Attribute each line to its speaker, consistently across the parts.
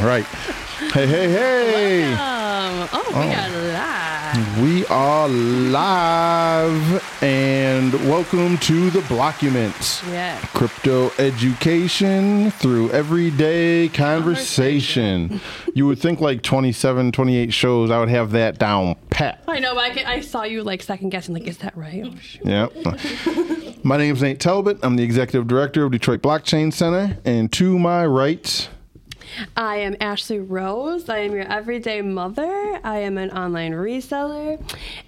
Speaker 1: right. Hey, hey, hey.
Speaker 2: Um, oh, we
Speaker 1: We
Speaker 2: are live.
Speaker 1: are live and welcome to the Blockuments.
Speaker 2: Yeah.
Speaker 1: Crypto education through everyday conversation. you would think like 27, 28 shows, I would have that down pat.
Speaker 2: I know, but I, can, I saw you like second guessing, like, is that right? Oh, shoot.
Speaker 1: Yep. my name is Nate Talbot. I'm the executive director of Detroit Blockchain Center. And to my right,
Speaker 2: I am Ashley Rose. I am your everyday mother. I am an online reseller.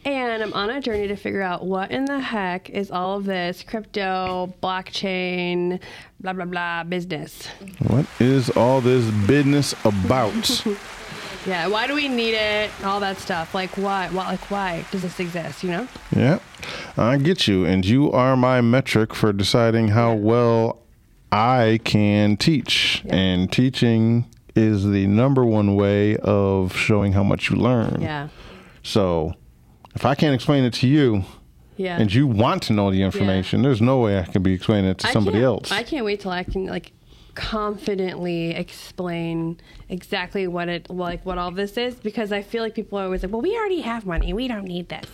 Speaker 2: And I'm on a journey to figure out what in the heck is all of this crypto, blockchain, blah, blah, blah business.
Speaker 1: what is all this business about?
Speaker 2: Yeah. Why do we need it? All that stuff. Like, why? why like, why does this exist? You know?
Speaker 1: Yeah, I get you. And you are my metric for deciding how well I can teach. And teaching is the number one way of showing how much you learn.
Speaker 2: Yeah.
Speaker 1: So if I can't explain it to you
Speaker 2: Yeah.
Speaker 1: and you want to know the information, there's no way I can be explaining it to
Speaker 2: I
Speaker 1: somebody
Speaker 2: can't-
Speaker 1: else.
Speaker 2: I can't wait till I can like confidently explain exactly what it like what all this is because I feel like people are always like, well, we already have money, we don't need this.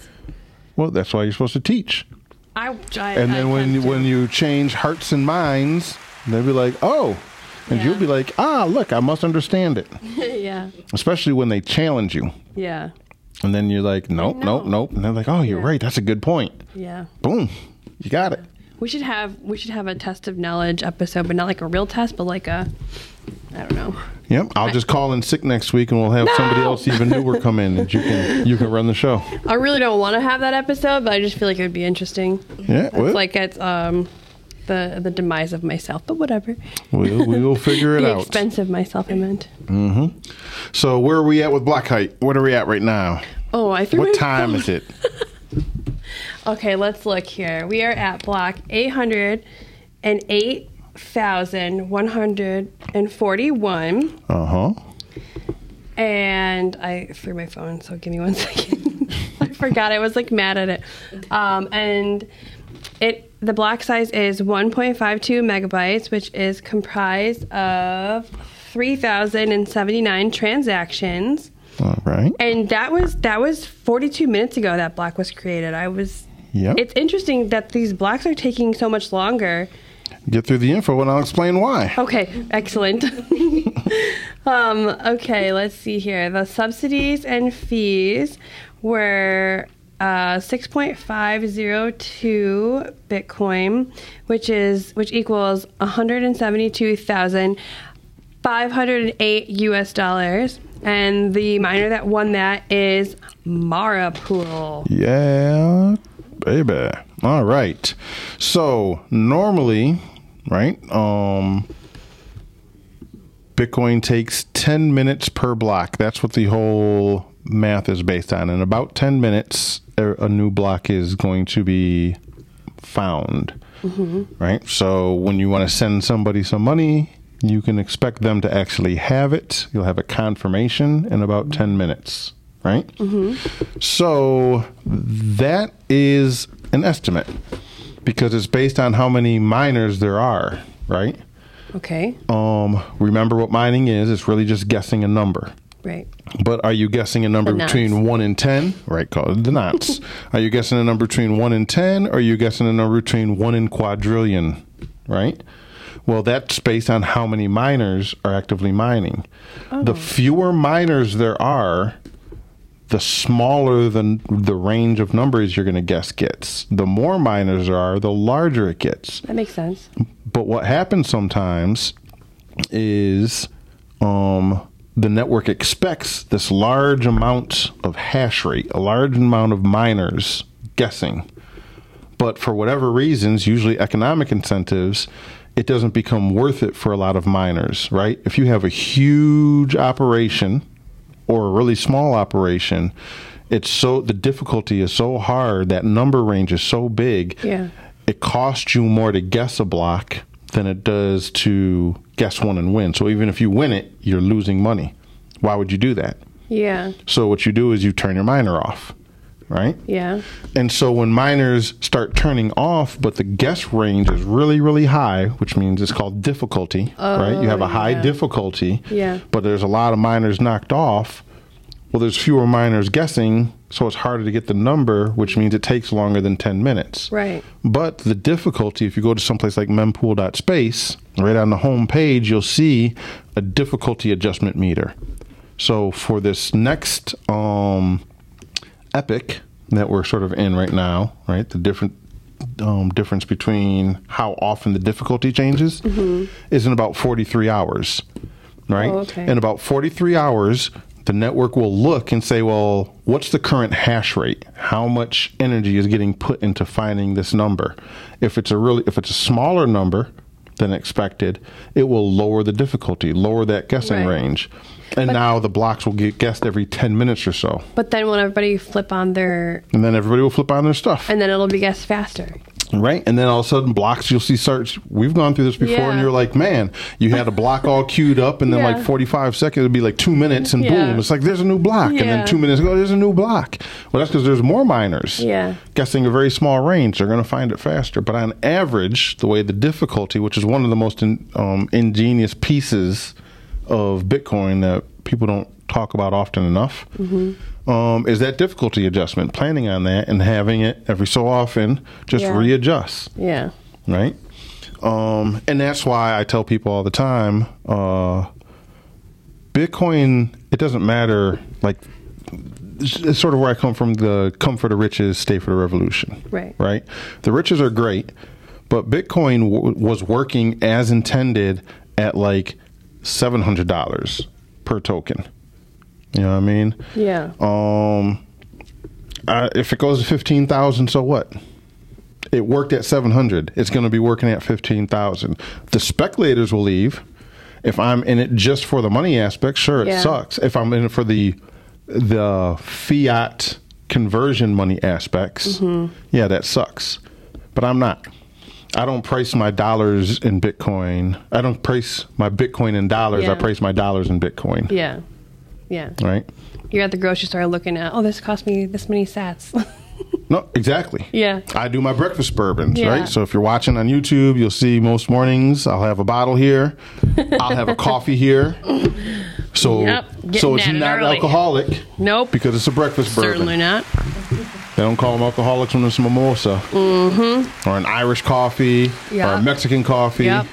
Speaker 1: well, that's why you're supposed to teach.
Speaker 2: I, I
Speaker 1: And
Speaker 2: I
Speaker 1: then when
Speaker 2: tend
Speaker 1: you,
Speaker 2: to.
Speaker 1: when you change hearts and minds, they'll be like, oh. And
Speaker 2: Yeah.
Speaker 1: you'll be like, ah, look, I must understand it.
Speaker 2: yeah
Speaker 1: Especially when they challenge you.
Speaker 2: yeah
Speaker 1: And then you're like, nope,
Speaker 2: know.
Speaker 1: nope, nope. And they're like, oh, you're
Speaker 2: Yeah.
Speaker 1: right. That's a good point.
Speaker 2: yeah
Speaker 1: Boom. You got it.
Speaker 2: we should have we should have a test of knowledge episode, but not like a real test, but like a I don't know.
Speaker 1: Yep. I'll just call in sick next week and we'll have somebody
Speaker 2: No!
Speaker 1: else even newer come in and you can you can run the show.
Speaker 2: I really don't want to have that episode, but I just feel like it would be interesting.
Speaker 1: Yeah. Well,
Speaker 2: It's like it's um the the demise of myself, but whatever.
Speaker 1: we'll, we'll figure it
Speaker 2: the
Speaker 1: out.
Speaker 2: expense of myself, I meant.
Speaker 1: So where are we at with block height? What are we at right now?
Speaker 2: Oh, I threw
Speaker 1: What
Speaker 2: my
Speaker 1: time
Speaker 2: phone.
Speaker 1: is it?
Speaker 2: Okay, let's look here. We are at block 808,141.
Speaker 1: Uh huh.
Speaker 2: And I threw my phone, so give me one second. I forgot. I was like mad at it. Um, and it the block size is 1.52 megabytes, which is comprised of 3,079 transactions.
Speaker 1: All right.
Speaker 2: And that was that was 42 minutes ago that block was created. I was
Speaker 1: Yep.
Speaker 2: It's interesting that these blocks are taking so much longer.
Speaker 1: Get through the info and I'll explain why.
Speaker 2: Okay, excellent. um, okay, let's see here. The subsidies and fees were uh, 6.502 Bitcoin, which is which equals 172,508 US dollars. And the miner that won that is Mara Pool.
Speaker 1: Yeah, baby. All right. So normally, right? Um, Bitcoin takes ten minutes per block. That's what the whole math is based on. In about ten minutes, a a new block is going to be found. Right. So when you want to send somebody some money. You can expect them to actually have it. You'll have a confirmation in about 10 minutes, right? So that is an estimate because it's based on how many miners there are, right?
Speaker 2: Okay,
Speaker 1: Um, remember what mining is, it's really just guessing a number.
Speaker 2: right.
Speaker 1: But are you guessing a number
Speaker 2: The knots.
Speaker 1: between 1 and 10? Right, call it the knots. are you guessing a number between 1 and 10? Or are you guessing a number between 1 and quadrillion? Right? Well, that's based on how many miners are actively mining. The fewer miners there are, the smaller the, the range of numbers you're going to guess gets. The more miners there are, the larger it gets.
Speaker 2: That makes sense.
Speaker 1: But what happens sometimes is um, the network expects this large amount of hash rate, a large amount of miners guessing. But for whatever reasons, usually economic incentives, it doesn't become worth it for a lot of miners, right? If you have a huge operation or a really small operation, it's so the difficulty is so hard, that number range is so big
Speaker 2: Yeah.
Speaker 1: it costs you more to guess a block than it does to guess one and win. So even if you win it, you're losing money. Why would you do that?
Speaker 2: Yeah.
Speaker 1: So what you do is you turn your miner off. right?
Speaker 2: Yeah.
Speaker 1: And so when miners start turning off, but the guess range is really, really high, which means it's called difficulty, right? You have a high
Speaker 2: Oh, yeah.
Speaker 1: difficulty,
Speaker 2: Yeah.
Speaker 1: but there's a lot of miners knocked off. Well, there's fewer miners guessing, so it's harder to get the number, which means it takes longer than 10 minutes.
Speaker 2: Right.
Speaker 1: But the difficulty, if you go to someplace like mempool.space, right on the home page, you'll see a difficulty adjustment meter. So for this next um, epic that we're sort of in right now, right? The different um, difference between how often the difficulty changes is in about 43 hours, right?
Speaker 2: Mm-hmm. Oh, okay.
Speaker 1: In about 43 hours, the network will look and say, well, what's the current hash rate? How much energy is getting put into finding this number? If it's a really if it's a smaller number than expected, it will lower the difficulty, lower that guessing
Speaker 2: Right.
Speaker 1: range. And now the blocks will get guessed every 10 minutes or so.
Speaker 2: But then when everybody flip on their,
Speaker 1: And then everybody will flip on their stuff.
Speaker 2: and then it'll be guessed faster.
Speaker 1: Right, and then all of a sudden blocks you'll see starts. We've gone through this before, and
Speaker 2: Yeah.
Speaker 1: you're like, man, you had a block all queued up, and then
Speaker 2: Yeah.
Speaker 1: like 45 seconds it'd be like two minutes, and
Speaker 2: Yeah.
Speaker 1: boom, it's like there's a new block, and
Speaker 2: Yeah.
Speaker 1: then two minutes ago there's a new block. Well, that's because there's more miners.
Speaker 2: Yeah.
Speaker 1: guessing a very small range, they're going to find it faster. But on average, the way the difficulty, which is one of the most in, um, ingenious pieces of Bitcoin that people don't talk about often enough, um, is that difficulty adjustment, planning on that, and having it every so often just
Speaker 2: Yeah.
Speaker 1: readjust
Speaker 2: Yeah.
Speaker 1: right? Um, and that's why I tell people all the time, uh, Bitcoin. It doesn't matter. Like, it's it's sort of where I come from. The come for the riches, stay for the revolution.
Speaker 2: Right.
Speaker 1: Right. The riches are great, but Bitcoin w- was working as intended at like seven hundred dollars per token. You know what I mean?
Speaker 2: Yeah.
Speaker 1: Um, uh, if it goes to fifteen thousand, so what? It worked at seven hundred. It's going to be working at fifteen thousand. The speculators will leave. If I'm in it just for the money aspect, sure, it
Speaker 2: Yeah.
Speaker 1: sucks. If I'm in it for the the fiat conversion money aspects,
Speaker 2: Mm-hmm.
Speaker 1: yeah, that sucks. But I'm not. I don't price my dollars in Bitcoin. I don't price my Bitcoin in dollars.
Speaker 2: Yeah.
Speaker 1: I price my dollars in Bitcoin.
Speaker 2: Yeah. Yeah.
Speaker 1: Right?
Speaker 2: You're at the grocery store looking at, oh, this cost me this many sats.
Speaker 1: No, exactly.
Speaker 2: yeah.
Speaker 1: I do my breakfast bourbons,
Speaker 2: Yeah.
Speaker 1: right? So if you're watching on YouTube, you'll see most mornings I'll have a bottle here. I'll have a coffee here. So
Speaker 2: Yep, getting
Speaker 1: so it's
Speaker 2: at it
Speaker 1: not
Speaker 2: early.
Speaker 1: alcoholic
Speaker 2: Nope.
Speaker 1: because it's a breakfast
Speaker 2: Certainly
Speaker 1: bourbon.
Speaker 2: not.
Speaker 1: They don't call them alcoholics when it's a mimosa mm-hmm. or an Irish coffee or
Speaker 2: Yeah.
Speaker 1: a Mexican coffee.
Speaker 2: Yep.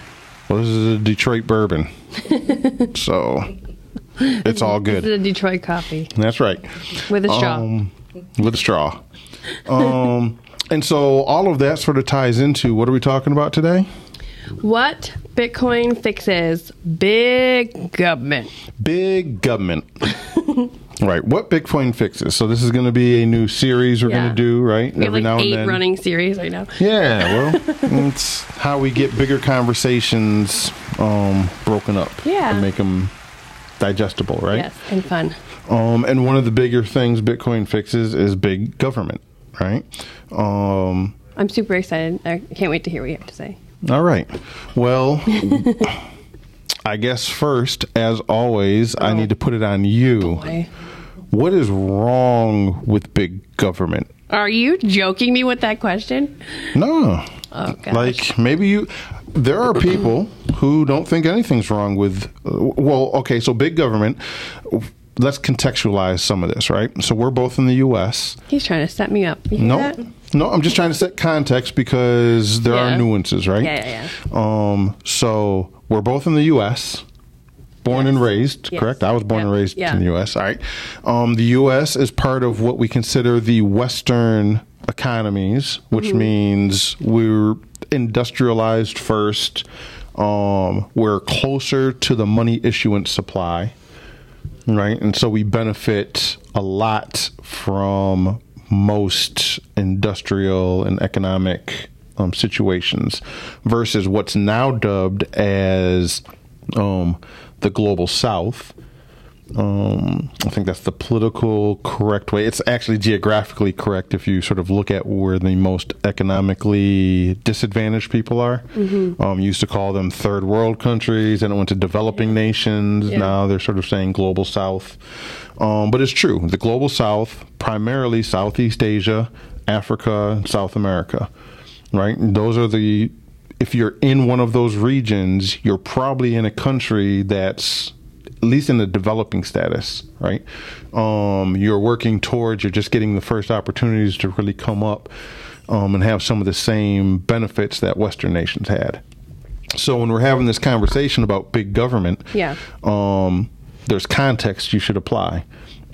Speaker 1: Well, this is a Detroit bourbon. so it's all
Speaker 2: This is
Speaker 1: good.
Speaker 2: a Detroit coffee
Speaker 1: That's right.
Speaker 2: with a straw.
Speaker 1: Um, with a straw. Um, and so all of that sort of ties into what are we talking about today?
Speaker 2: what Bitcoin fixes big government.
Speaker 1: Big government. right. What Bitcoin fixes. So this is going to be a new series we're
Speaker 2: Yeah.
Speaker 1: going to do, right?
Speaker 2: We have like eight running series right now.
Speaker 1: Yeah. Well, it's how we get bigger conversations um, broken up.
Speaker 2: Yeah.
Speaker 1: And make them digestible, right?
Speaker 2: Yes, and fun.
Speaker 1: Um, and one of the bigger things Bitcoin fixes is big government, right? Um,
Speaker 2: I'm super excited. I can't wait to hear what you have to say.
Speaker 1: All right. Well, I guess first, as always, I need to put it on you.
Speaker 2: Boy.
Speaker 1: What is wrong with big government?
Speaker 2: Are you joking me with that question?
Speaker 1: No.
Speaker 2: Oh, gosh.
Speaker 1: Like maybe you there are people who don't think anything's wrong with uh, well, okay, so big government let's contextualize some of this, right? So we're both in the US.
Speaker 2: He's trying to set me up. You hear
Speaker 1: No.
Speaker 2: that?
Speaker 1: No, I'm just trying to set context because there
Speaker 2: Yeah.
Speaker 1: are nuances, right?
Speaker 2: Yeah, yeah,
Speaker 1: Um, so we're both in the U.S., born and raised,
Speaker 2: Yes.
Speaker 1: correct? I was born
Speaker 2: Yep.
Speaker 1: and raised
Speaker 2: Yeah.
Speaker 1: in the U.S. All right. Um, the U.S. is part of what we consider the Western economies, which
Speaker 2: Mm-hmm.
Speaker 1: means we're industrialized first. Um, we're closer to the money issuance supply, right? And so we benefit a lot from most industrial and economic um, situations versus what's now dubbed as um, the global south, um, I think that's the political correct way. It's actually geographically correct if you sort of look at where the most economically disadvantaged people are. Um, you used to call them third world countries, and it went to developing nations.
Speaker 2: Yeah.
Speaker 1: Now they're sort of saying global south. Um, but it's true. The global south, primarily Southeast Asia, Africa, and South America, right? And those are the. If you're in one of those regions, you're probably in a country that's at least in the developing status, right? Um, you're working towards, you're just getting the first opportunities to really come up um, and have some of the same benefits that Western nations had. So when we're having this conversation about big government,
Speaker 2: Yeah.
Speaker 1: um, there's context you should apply,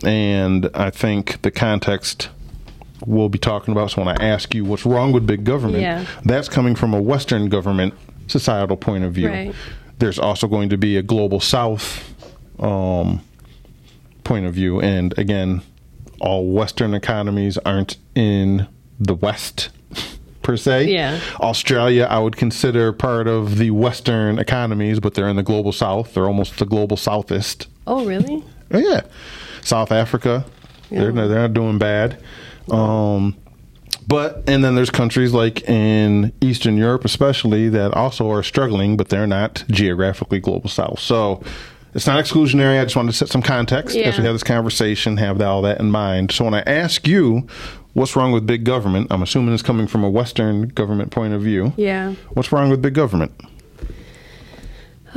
Speaker 1: and I think the context we'll be talking about. So when I ask you what's wrong with big government,
Speaker 2: Yeah.
Speaker 1: that's coming from a Western government societal point of view.
Speaker 2: Right.
Speaker 1: There's also going to be a global South um, point of view, and again, all Western economies aren't in the West per se.
Speaker 2: Yeah.
Speaker 1: Australia, I would consider part of the Western economies, but they're in the global South. They're almost the global Southest.
Speaker 2: Oh, really?
Speaker 1: Oh, yeah. South Africa, they're,
Speaker 2: Yeah.
Speaker 1: not, they're not doing bad. Um, but, and then there's countries like in Eastern Europe, especially, that also are struggling, but they're not geographically global south. So it's not exclusionary. I just wanted to set some context as we
Speaker 2: Yeah.
Speaker 1: have this conversation, have all that in mind. So when I ask you what's wrong with big government, I'm assuming it's coming from a Western government point of view.
Speaker 2: Yeah.
Speaker 1: What's wrong with big government?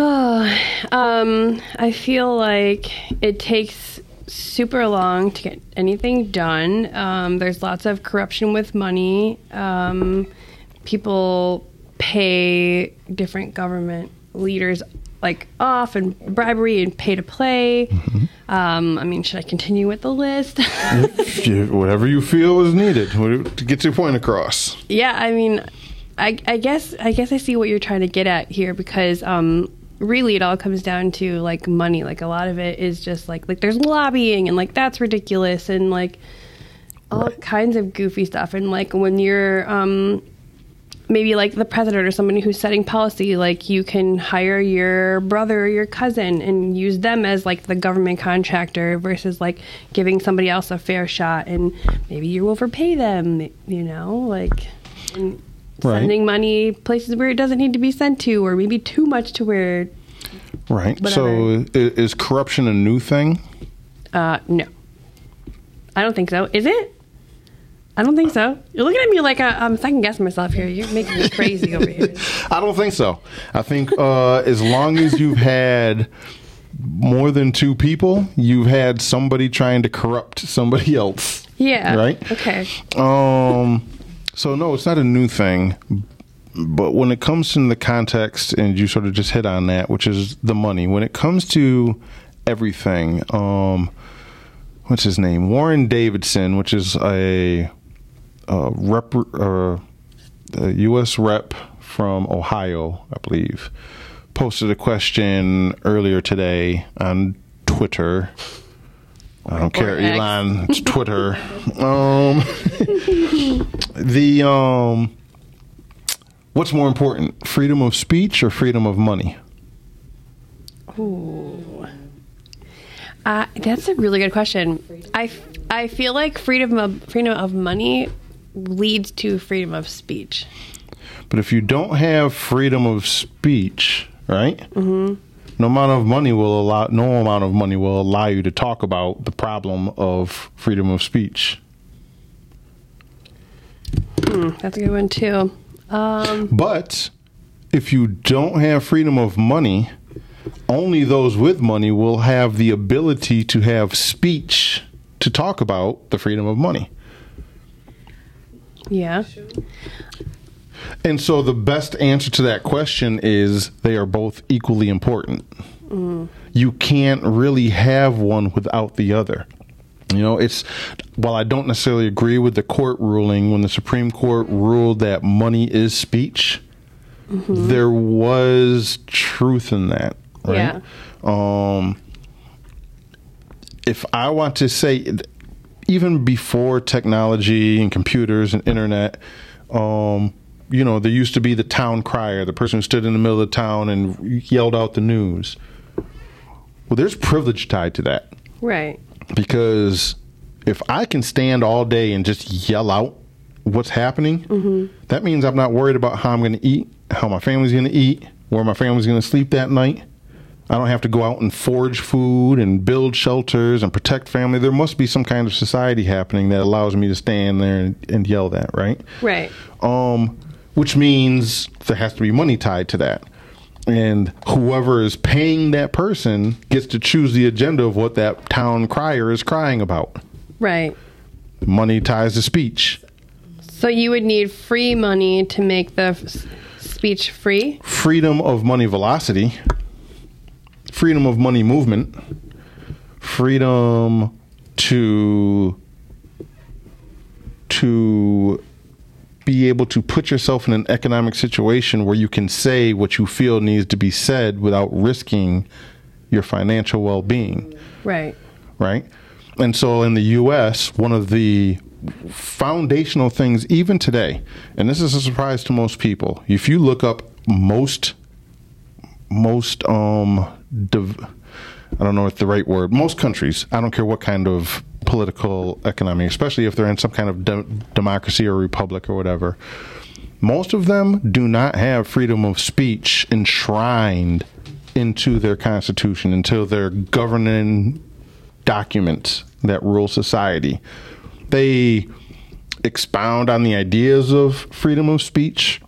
Speaker 2: Um, I feel like it takes super long to get anything done. Um, there's lots of corruption with money. Um, people pay different government leaders like off and bribery and pay to play. Um, I mean, should I continue with the list?
Speaker 1: Whatever you feel is needed to get your point across.
Speaker 2: Yeah, I mean, I, I guess I guess I see what you're trying to get at here because um, really it all comes down to like money. Like a lot of it is just like like there's lobbying and like that's ridiculous and like all kinds of goofy stuff and like when you're um, maybe like the president or somebody who's setting policy like you can hire your brother or your cousin and use them as like the government contractor versus like giving somebody else a fair shot and maybe you overpay them you know like and
Speaker 1: Right.
Speaker 2: sending money places where it doesn't need to be sent to or maybe too much to where
Speaker 1: Right. So
Speaker 2: Whatever.
Speaker 1: i- is corruption a new thing?
Speaker 2: uh no i don't think so is it I don't think so. You're looking at me like I, I'm second guessing myself here. You're making me crazy over here.
Speaker 1: I don't think so. I think uh, as long as you've had more than two people, you've had somebody trying to corrupt somebody else.
Speaker 2: Yeah.
Speaker 1: Right?
Speaker 2: Okay.
Speaker 1: Um, so no, it's not a new thing. But when it comes to the context, and you sort of just hit on that, which is the money. When it comes to everything, um, what's his name? Warren Davidson, which is a, a rep, uh, a U.S. rep from Ohio, I believe, posted a question earlier today on Twitter. I don't care,
Speaker 2: X.
Speaker 1: Elon. It's Twitter. um, the um, what's more important, freedom of speech or freedom of money?
Speaker 2: Ooh. Uh, that's a really good question. I, f- I feel like freedom of freedom of money leads to freedom of speech.
Speaker 1: But if you don't have freedom of speech, right? Mm-hmm. No amount of money will allow. No amount of money will allow you to talk about the problem of freedom of speech.
Speaker 2: That's a good one too. Um,
Speaker 1: But if you don't have freedom of money, only those with money will have the ability to have speech to talk about the freedom of money.
Speaker 2: yeah.
Speaker 1: And so the best answer to that question is they are both equally important. You can't really have one without the other. You know, it's while I don't necessarily agree with the court ruling when the Supreme Court ruled that money is speech, there was truth in that, right?
Speaker 2: Yeah.
Speaker 1: Um if I want to say even before technology and computers and internet, um, you know, there used to be the town crier, the person who stood in the middle of the town and yelled out the news. Well, there's privilege tied to that
Speaker 2: Right.
Speaker 1: because if I can stand all day and just yell out what's happening, that means I'm not worried about how I'm going to eat, how my family's going to eat, where my family's going to sleep that night. I don't have to go out and forage food and build shelters and protect family. There must be some kind of society happening that allows me to stand there and, and yell that, right?
Speaker 2: Right.
Speaker 1: um, which means there has to be money tied to that. And whoever is paying that person gets to choose the agenda of what that town crier is crying about.
Speaker 2: Right.
Speaker 1: Money ties to speech.
Speaker 2: So you would need free money to make the f- s- speech free?
Speaker 1: Freedom of money velocity, freedom of money movement, freedom to to be able to put yourself in an economic situation where you can say what you feel needs to be said without risking your financial well-being,
Speaker 2: Right.
Speaker 1: right? And so in the US, one of the foundational things even today, and this is a surprise to most people. If you look up most most um div- I don't know if the right word. Most countries, I don't care what kind of political economy, especially if they're in some kind of de- democracy or republic or whatever. Most of them do not have freedom of speech enshrined into their constitution, into their governing document that rules society. They expound on the ideas of freedom of speech,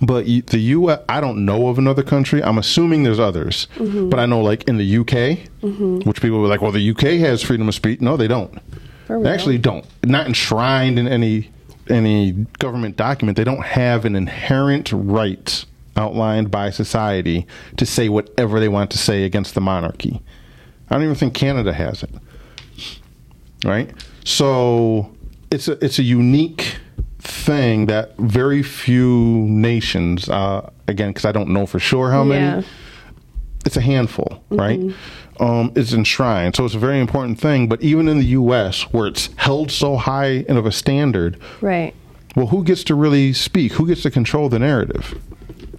Speaker 1: but y- the U.S. I don't know of another country. I'm assuming there's others,
Speaker 2: Mm-hmm.
Speaker 1: but I know like in the U.K., which people were like, "Well, the U.K. has freedom of speech." No, they don't.
Speaker 2: For
Speaker 1: They
Speaker 2: real?
Speaker 1: actually don't. Not enshrined in any any government document. They don't have an inherent right outlined by society to say whatever they want to say against the monarchy. I don't even think Canada has it right? So it's a it's a unique thing that very few nations, uh, again, because I don't know for sure how
Speaker 2: Yeah.
Speaker 1: many. It's a handful, right? Um, it's enshrined, so it's a very important thing. But even in the U.S., where it's held so high and of a standard,
Speaker 2: Right.
Speaker 1: well, who gets to really speak? Who gets to control the narrative?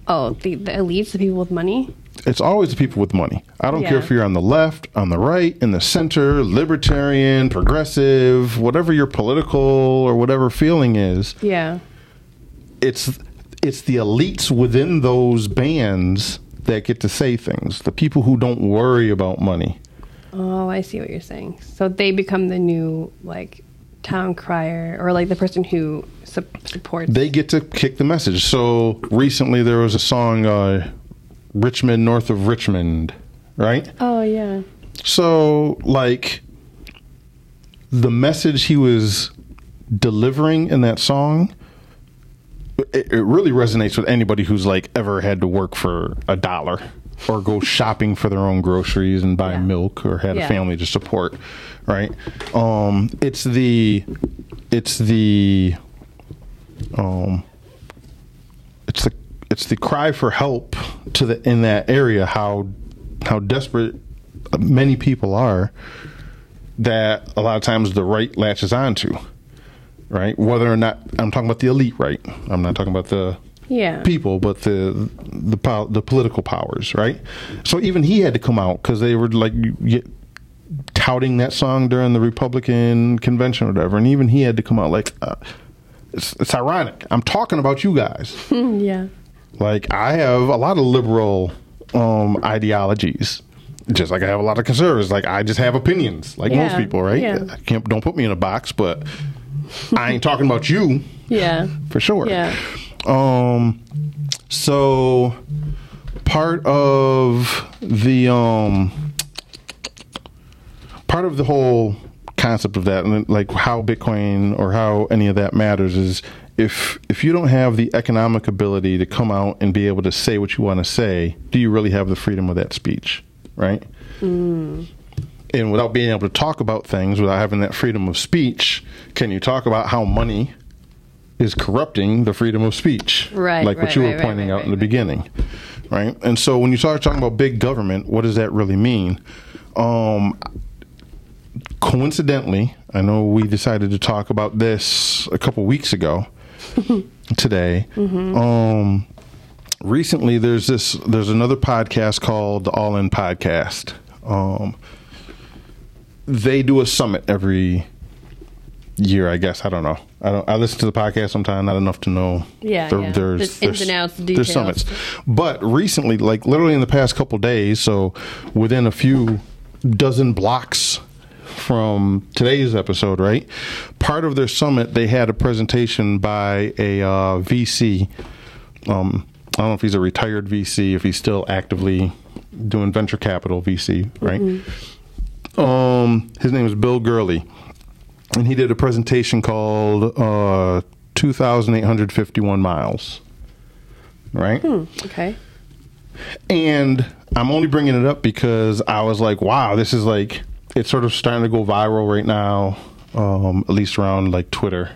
Speaker 2: Oh, the, the elites, the people with money?
Speaker 1: it's always the people with money. I don't care
Speaker 2: Yeah.
Speaker 1: if you're on the left, on the right, in the center, libertarian, progressive, whatever your political or whatever feeling is.
Speaker 2: Yeah.
Speaker 1: It's it's the elites within those bands that get to say things. The people who don't worry about money.
Speaker 2: Oh, I see what you're saying. So they become the new, like, town crier or, like, the person who su- supports.
Speaker 1: They get to kick the message. So recently there was a song, uh, "Richmond North of Richmond," right?
Speaker 2: oh, yeah.
Speaker 1: So, like, the message he was delivering in that song, it, it really resonates with anybody who's like ever had to work for a dollar or go shopping for their own groceries and buy
Speaker 2: Yeah.
Speaker 1: milk or had a
Speaker 2: Yeah.
Speaker 1: family to support, right? Um, it's the, it's the, um, it's the it's the cry for help to the in that area how how desperate many people are that a lot of times the right latches onto right whether or not I'm talking about the elite right I'm not talking about the
Speaker 2: Yeah.
Speaker 1: people but the the pow- the political powers right so even he had to come out cuz they were like y- touting that song during the Republican convention or whatever and even he had to come out like uh, it's, it's ironic I'm talking about you guys
Speaker 2: Mm, yeah.
Speaker 1: like I have a lot of liberal um, ideologies, just like I have a lot of conservatives. Like I just have opinions, like most
Speaker 2: Yeah,
Speaker 1: people, right?
Speaker 2: yeah.
Speaker 1: I can't don't put me in a box, but I ain't talking about you
Speaker 2: Yeah.
Speaker 1: for sure.
Speaker 2: Yeah.
Speaker 1: Um. So part of the um part of the whole concept of that and then, like how bitcoin or how any of that matters is if if you don't have the economic ability to come out and be able to say what you want to say do you really have the freedom of that speech right
Speaker 2: Mm.
Speaker 1: and without being able to talk about things without having that freedom of speech can you talk about how money is corrupting the freedom of speech
Speaker 2: Right,
Speaker 1: like what
Speaker 2: right,
Speaker 1: you were
Speaker 2: right, right,
Speaker 1: pointing
Speaker 2: right,
Speaker 1: out in the
Speaker 2: right, right.
Speaker 1: beginning right and so when you start talking about big government what does that really mean um coincidentally, I know we decided to talk about this a couple weeks ago today. Um, recently, there's this there's another podcast called the All In Podcast. Um, they do a summit every year, I guess. I don't know. I don't. I listen to the podcast sometimes, not enough to know.
Speaker 2: Yeah, yeah.
Speaker 1: There's,
Speaker 2: The ins
Speaker 1: there's-
Speaker 2: and outs, the
Speaker 1: There's
Speaker 2: details.
Speaker 1: summits, but recently, like literally in the past couple days, so within a few dozen blocks from today's episode, right? Part of their summit, they had a presentation by a uh, VC. Um, I don't know if he's a retired VC, if he's still actively doing venture capital VC, right?
Speaker 2: Mm-hmm.
Speaker 1: Um, his name is Bill Gurley, and he did a presentation called uh, 2,851 miles, right?
Speaker 2: Hmm. Okay.
Speaker 1: And I'm only bringing it up because I was like, wow, this is like, it's sort of starting to go viral right now, um, at least around like Twitter,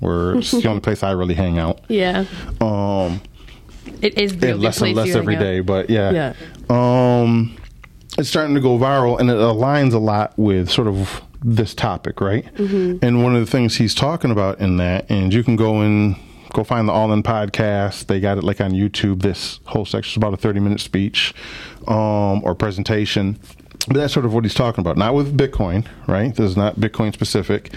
Speaker 1: where it's the only place I really hang out.
Speaker 2: Yeah.
Speaker 1: Um,
Speaker 2: It is the
Speaker 1: and
Speaker 2: only
Speaker 1: less and
Speaker 2: place
Speaker 1: less
Speaker 2: you hang
Speaker 1: every
Speaker 2: out.
Speaker 1: day, but yeah. Um, it's starting to go viral and it aligns a lot with sort of this topic, right? And one of the things he's talking about in that, and you can go and go find the All In podcast. They got it like on YouTube. This whole section is about a 30 minute speech um, or presentation. But that's sort of what he's talking about. Not with Bitcoin, right? This is not Bitcoin specific,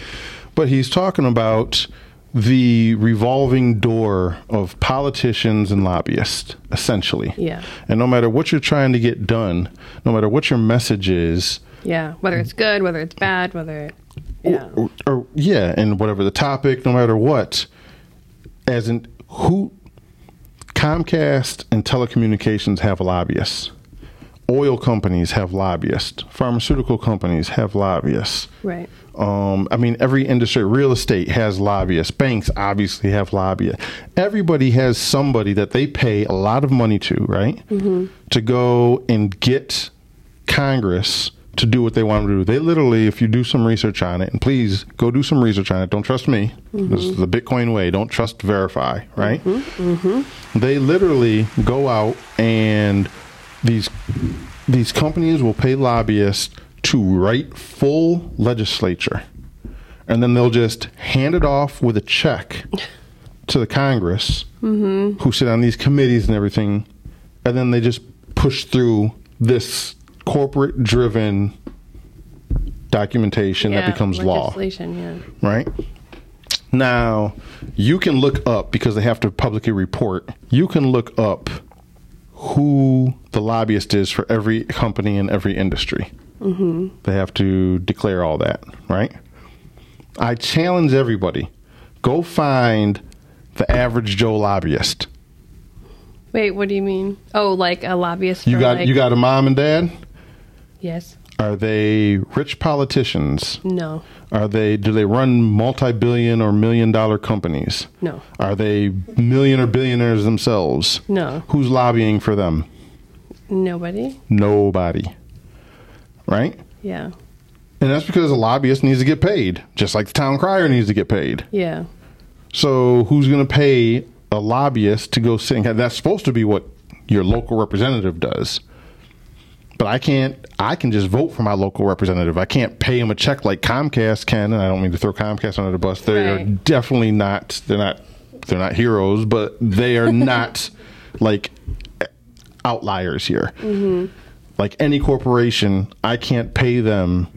Speaker 1: but he's talking about the revolving door of politicians and lobbyists, essentially.
Speaker 2: Yeah.
Speaker 1: And no matter what you're trying to get done, no matter what your message is,
Speaker 2: Yeah. Whether it's good, whether it's bad, whether yeah.
Speaker 1: or, or yeah, and whatever the topic, no matter what, as in who Comcast and telecommunications have lobbyists. Oil companies have lobbyists. Pharmaceutical companies have lobbyists.
Speaker 2: Right.
Speaker 1: Um, I mean, every industry, real estate has lobbyists. Banks obviously have lobbyists. Everybody has somebody that they pay a lot of money to, right? To go and get Congress to do what they want them to do. They literally, if you do some research on it, and please go do some research on it. Don't trust me. This is the Bitcoin way. Don't trust, verify, right? They literally go out and these these companies will pay lobbyists to write full legislature and then they'll just hand it off with a check to the congress who sit on these committees and everything and then they just push through this corporate driven documentation
Speaker 2: yeah.
Speaker 1: that becomes law
Speaker 2: Legislation, yeah.
Speaker 1: right? Now, you can look up because they have to publicly report. You can look up who the lobbyist is for every company in every industry. Mm-hmm. They have to declare all that, right? I challenge everybody: go find the average Joe lobbyist.
Speaker 2: Wait, what do you mean? Oh, like a lobbyist.
Speaker 1: You
Speaker 2: for,
Speaker 1: got
Speaker 2: like-
Speaker 1: you got a mom and dad.
Speaker 2: Yes.
Speaker 1: Are they rich politicians?
Speaker 2: No.
Speaker 1: Are they do they run multi-billion or million dollar companies?
Speaker 2: No.
Speaker 1: Are they million or billionaires themselves?
Speaker 2: No.
Speaker 1: Who's lobbying for them?
Speaker 2: Nobody.
Speaker 1: Nobody. Right?
Speaker 2: Yeah.
Speaker 1: And that's because a lobbyist needs to get paid, just like the town crier needs to get paid.
Speaker 2: Yeah.
Speaker 1: So who's going to pay a lobbyist to go sit? And that's supposed to be what your local representative does. But I can't. I can just vote for my local representative. I can't pay him a check like Comcast can. And I don't mean to throw Comcast under the bus. They are
Speaker 2: Right.
Speaker 1: definitely not. They're not. They're not heroes, but they are not like outliers here. Like any corporation, I can't pay them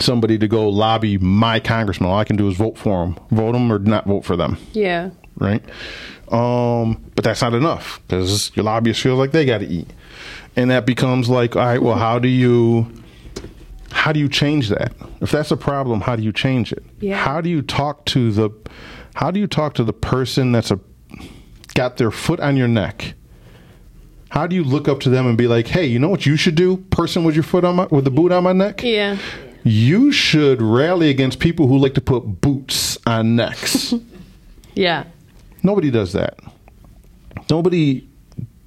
Speaker 1: somebody to go lobby my congressman. All I can do is vote for them, vote them or not vote for them,
Speaker 2: Yeah.
Speaker 1: right? Um, but that's not enough because your lobbyists feel like they got to eat, and that becomes like, all right, well, how do you, how do you change that? If that's a problem, how do you change it?
Speaker 2: Yeah.
Speaker 1: How do you talk to the, how do you talk to the person that's a, got their foot on your neck? How do you look up to them and be like, hey, you know what you should do, person with your foot on my, with the boot on my neck?
Speaker 2: Yeah.
Speaker 1: You should rally against people who like to put boots on necks.
Speaker 2: Yeah.
Speaker 1: Nobody does that. Nobody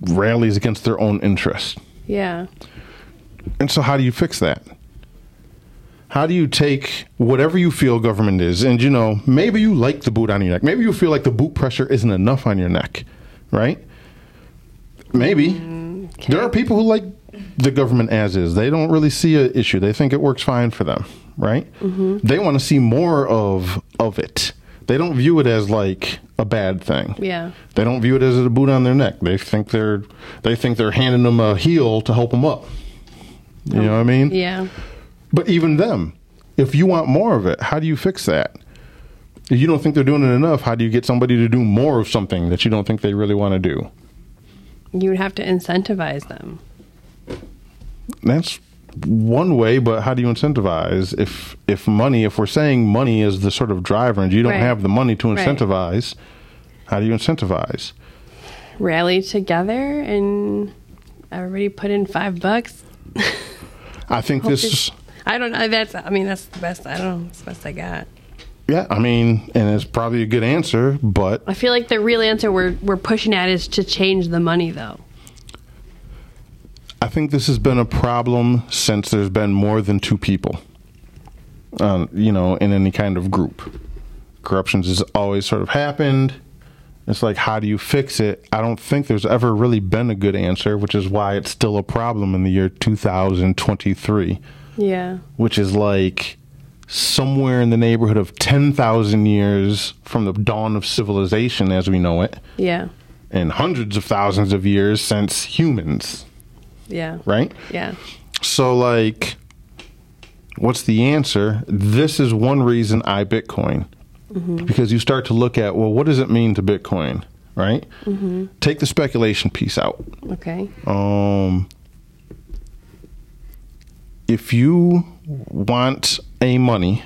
Speaker 1: rallies against their own interests.
Speaker 2: Yeah.
Speaker 1: And so, how do you fix that? How do you take whatever you feel government is, and you know, maybe you like the boot on your neck. Maybe you feel like the boot pressure isn't enough on your neck, right? Maybe. There are people who like the government as is. They don't really see an issue. They think it works fine for them, right? They want to see more of of it. They don't view it as like a bad thing.
Speaker 2: Yeah.
Speaker 1: They don't view it as a boot on their neck. They think they're they think they're handing them a heel to help them up You know what I mean?
Speaker 2: Yeah.
Speaker 1: But even them, if you want more of it, how do you fix that? If you don't think they're doing it enough, how do you get somebody to do more of something that you don't think they really want to do?
Speaker 2: You would have to incentivize them.
Speaker 1: That's one way, but how do you incentivize if if money, if we're saying money is the sort of driver and you don't
Speaker 2: Right.
Speaker 1: have the money to
Speaker 2: Right.
Speaker 1: incentivize, how do you incentivize?
Speaker 2: Rally together and everybody put in five bucks.
Speaker 1: I think this
Speaker 2: it's-
Speaker 1: is
Speaker 2: I don't know. That's, I mean, that's the best. I don't know. It's the best I got.
Speaker 1: yeah, I mean, and it's probably a good answer, but
Speaker 2: I feel like the real answer we're, we're pushing at is to change the money, though.
Speaker 1: I think this has been a problem since there's been more than two people, um, you know, in any kind of group. Corruptions has always sort of happened. It's like, how do you fix it? I don't think there's ever really been a good answer, which is why it's still a problem in the year 2023,
Speaker 2: Yeah.
Speaker 1: which is like somewhere in the neighborhood of 10,000 years from the dawn of civilization as we know it,
Speaker 2: Yeah.
Speaker 1: and hundreds of thousands of years since humans,
Speaker 2: Yeah.
Speaker 1: right?
Speaker 2: Yeah.
Speaker 1: So like what's the answer? This is one reason I Bitcoin. Because you start to look at, well, what does it mean to Bitcoin, right? Take the speculation piece out.
Speaker 2: Okay.
Speaker 1: Um if you want a money,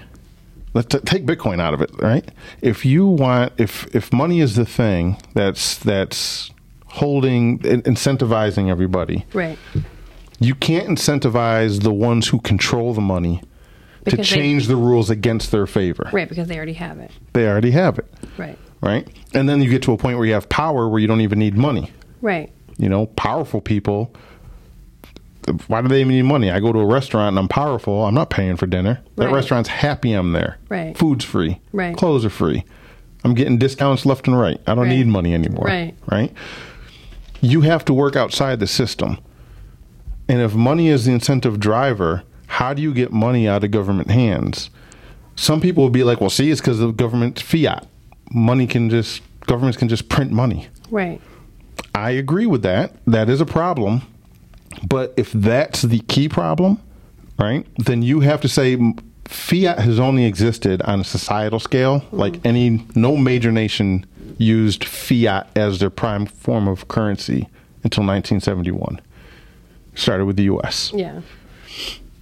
Speaker 1: let's t- take Bitcoin out of it, right? If you want if if money is the thing that's that's holding in- incentivizing everybody,
Speaker 2: Right.
Speaker 1: you can't incentivize the ones who control the money
Speaker 2: Because they-
Speaker 1: to change the rules against their favor.
Speaker 2: Right. Because they already have it.
Speaker 1: They already have it,
Speaker 2: Right.
Speaker 1: right? And then you get to a point where you have power where you don't even need money.
Speaker 2: Right.
Speaker 1: You know, powerful people, why do they even need money? I go to a restaurant and I'm powerful. I'm not paying for dinner. That
Speaker 2: Right.
Speaker 1: restaurant's happy I'm there.
Speaker 2: Right.
Speaker 1: Food's free.
Speaker 2: Right.
Speaker 1: Clothes are free. I'm getting discounts left and right. I don't
Speaker 2: Right.
Speaker 1: need money anymore.
Speaker 2: Right.
Speaker 1: Right. You have to work outside the system. And if money is the incentive driver, how do you get money out of government hands? Some people will be like, well, see, it's because the government's fiat. Money can just, governments can just print money.
Speaker 2: Right.
Speaker 1: I agree with that. That is a problem. But if that's the key problem, right, then you have to say m- fiat has only existed on a societal scale. Like any, no major nation used fiat as their prime form of currency until 1971. Started with the U.S.
Speaker 2: Yeah.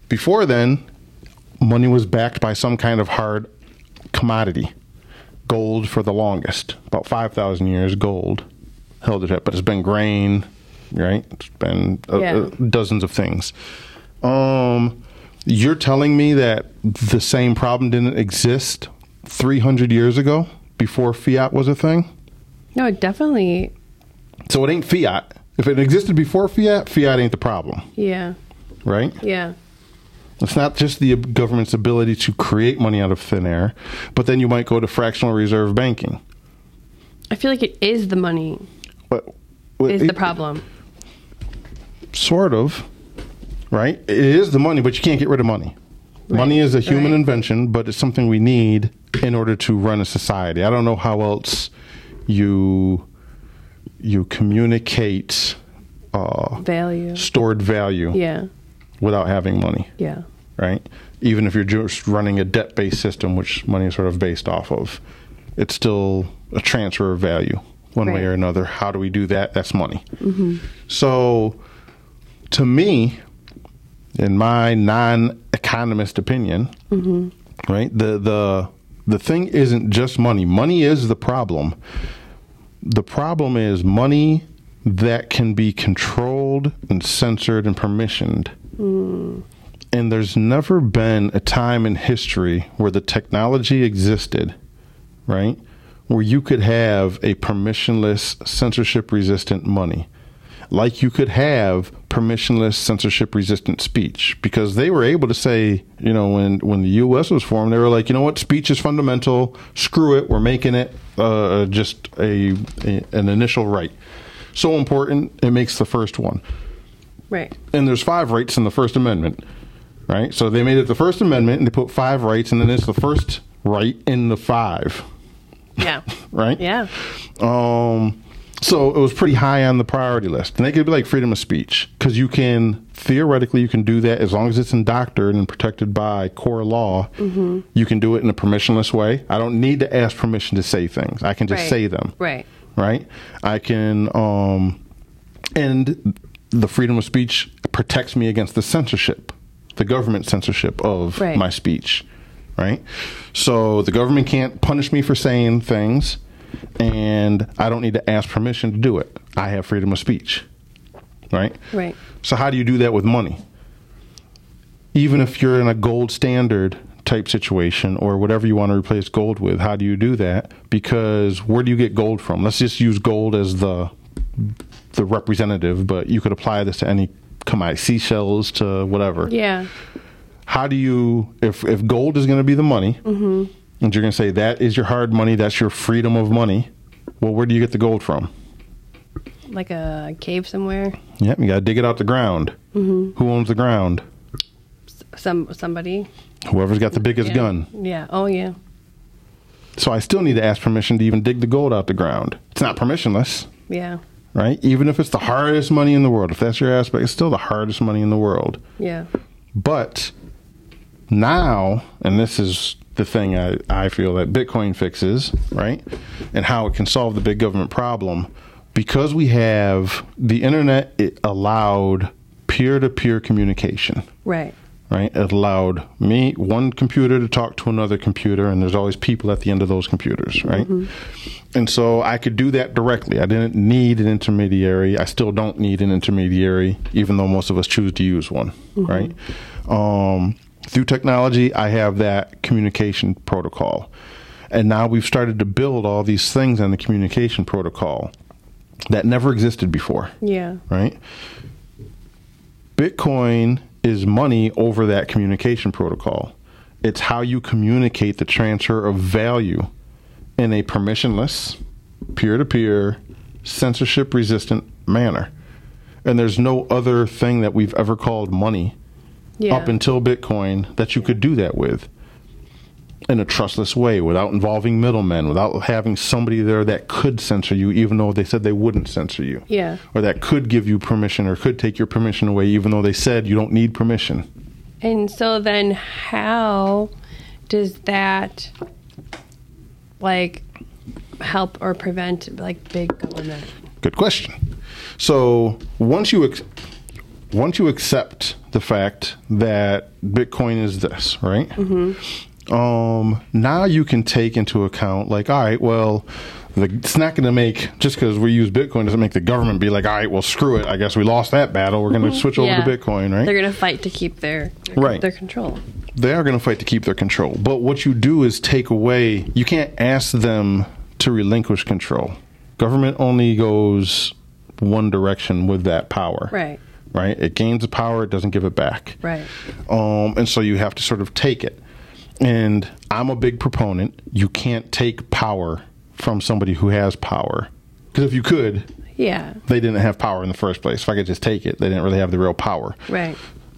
Speaker 1: Before then, money was backed by some kind of hard commodity. Gold for the longest, about 5,000 years, gold held it up. But it's been grain, right? It's been uh,
Speaker 2: Yeah.
Speaker 1: uh, dozens of things. Um, you're telling me that the same problem didn't exist 300 years ago before fiat was a thing?
Speaker 2: No, it definitely.
Speaker 1: So it ain't fiat. If it existed before fiat, fiat ain't the problem,
Speaker 2: Yeah.
Speaker 1: right?
Speaker 2: Yeah.
Speaker 1: It's not just the government's ability to create money out of thin air, but then you might go to fractional reserve banking.
Speaker 2: I feel like it is the money
Speaker 1: But but
Speaker 2: is
Speaker 1: it-
Speaker 2: the problem.
Speaker 1: Sort of, right? It is the money, but you can't get rid of money. Money is a human
Speaker 2: right.
Speaker 1: invention, but it's something we need in order to run a society. I don't know how else you you communicate uh,
Speaker 2: Value.
Speaker 1: stored value
Speaker 2: Yeah.
Speaker 1: without having money.
Speaker 2: Yeah.
Speaker 1: right? Even if you're just running a debt based system, which money is sort of based off of, it's still a transfer of value one way
Speaker 2: Right.
Speaker 1: or another. How do we do that? That's money. So, to me, in my non economist opinion, right, the, the, the thing isn't just money. Money is the problem. The problem is money that can be controlled and censored and permissioned. And there's never been a time in history where the technology existed, right? Where you could have a permissionless, censorship resistant money. Like you could have permissionless, censorship resistant speech because they were able to say, you know, when, when the US was formed, they were like, you know what, speech is fundamental, screw it, we're making it uh, just a, a, an initial right. So important, it makes the first one
Speaker 2: Right.
Speaker 1: and there's five rights in the First Amendment, right? So they made it the First Amendment and they put five rights, and then it's the first right in the five,
Speaker 2: Yeah.
Speaker 1: right?
Speaker 2: Yeah.
Speaker 1: Um, So it was pretty high on the priority list, and they could be like freedom of speech because you can theoretically you can do that as long as it's indoctrined and protected by core law.
Speaker 2: Mm-hmm.
Speaker 1: You can do it in a permissionless way. I don't need to ask permission to say things. I can just
Speaker 2: Right.
Speaker 1: say them
Speaker 2: Right.
Speaker 1: right? I can, um, and the freedom of speech protects me against the censorship, the government censorship of
Speaker 2: Right.
Speaker 1: my speech, right? So the government can't punish me for saying things, and I don't need to ask permission to do it. I have freedom of speech, right?
Speaker 2: Right.
Speaker 1: So how do you do that with money? Even if you're in a gold standard type situation or whatever you want to replace gold with, how do you do that? Because where do you get gold from? Let's just use gold as the the representative, but you could apply this to any commodity, seashells to whatever.
Speaker 2: Yeah.
Speaker 1: How do you if if gold is going to be the money, and you're going to say that is your hard money, that's your freedom of money? Well, where do you get the gold from?
Speaker 2: Like a cave somewhere.
Speaker 1: Yep, you got to dig it out the ground. Who owns the ground?
Speaker 2: Some somebody.
Speaker 1: Whoever's got the biggest
Speaker 2: Yeah.
Speaker 1: gun.
Speaker 2: Yeah. Oh yeah.
Speaker 1: So I still need to ask permission to even dig the gold out the ground. It's not permissionless,
Speaker 2: Yeah.
Speaker 1: right? Even if it's the hardest money in the world, if that's your aspect, it's still the hardest money in the world.
Speaker 2: Yeah.
Speaker 1: But now, and this is the thing I, I feel that Bitcoin fixes, right? And how it can solve the big government problem. Because we have the internet, it allowed peer to peer communication
Speaker 2: Right.
Speaker 1: right? It allowed me one computer to talk to another computer, and there's always people at the end of those computers, right? And so I could do that directly. I didn't need an intermediary. I still don't need an intermediary, even though most of us choose to use one, right? Um, through technology, I have that communication protocol. And now we've started to build all these things on the communication protocol that never existed before
Speaker 2: Yeah.
Speaker 1: right? Bitcoin is money over that communication protocol. It's how you communicate the transfer of value in a permissionless, peer to peer, censorship resistant manner. And there's no other thing that we've ever called money
Speaker 2: Yeah.
Speaker 1: up until Bitcoin that you could do that with in a trustless way without involving middlemen, without having somebody there that could censor you, even though they said they wouldn't censor you
Speaker 2: yeah.
Speaker 1: or that could give you permission or could take your permission away, even though they said you don't need permission.
Speaker 2: And so then how does that like help or prevent like big government?
Speaker 1: Good question. So once you ex- once you accept the fact that Bitcoin is this, right?
Speaker 2: Mm-hmm.
Speaker 1: Um, now you can take into account, like, all right, well, the, it's not going to make just because we use Bitcoin doesn't make the government be like, all right, well, screw it. I guess we lost that battle. We're going to switch over
Speaker 2: Mm-hmm. Yeah.
Speaker 1: to Bitcoin, right?
Speaker 2: They're gonna fight to keep their
Speaker 1: Right.
Speaker 2: their control.
Speaker 1: they are going to fight to keep their control. But what you do is take away, you can't ask them to relinquish control. Government only goes one direction with that power.
Speaker 2: Right.
Speaker 1: Right? It gains the power, it doesn't give it back.
Speaker 2: Right.
Speaker 1: Um, and so you have to sort of take it. And I'm a big proponent. You can't take power from somebody who has power. Because if you could,
Speaker 2: Yeah.
Speaker 1: they didn't have power in the first place. If I could just take it, they didn't really have the real power.
Speaker 2: Right.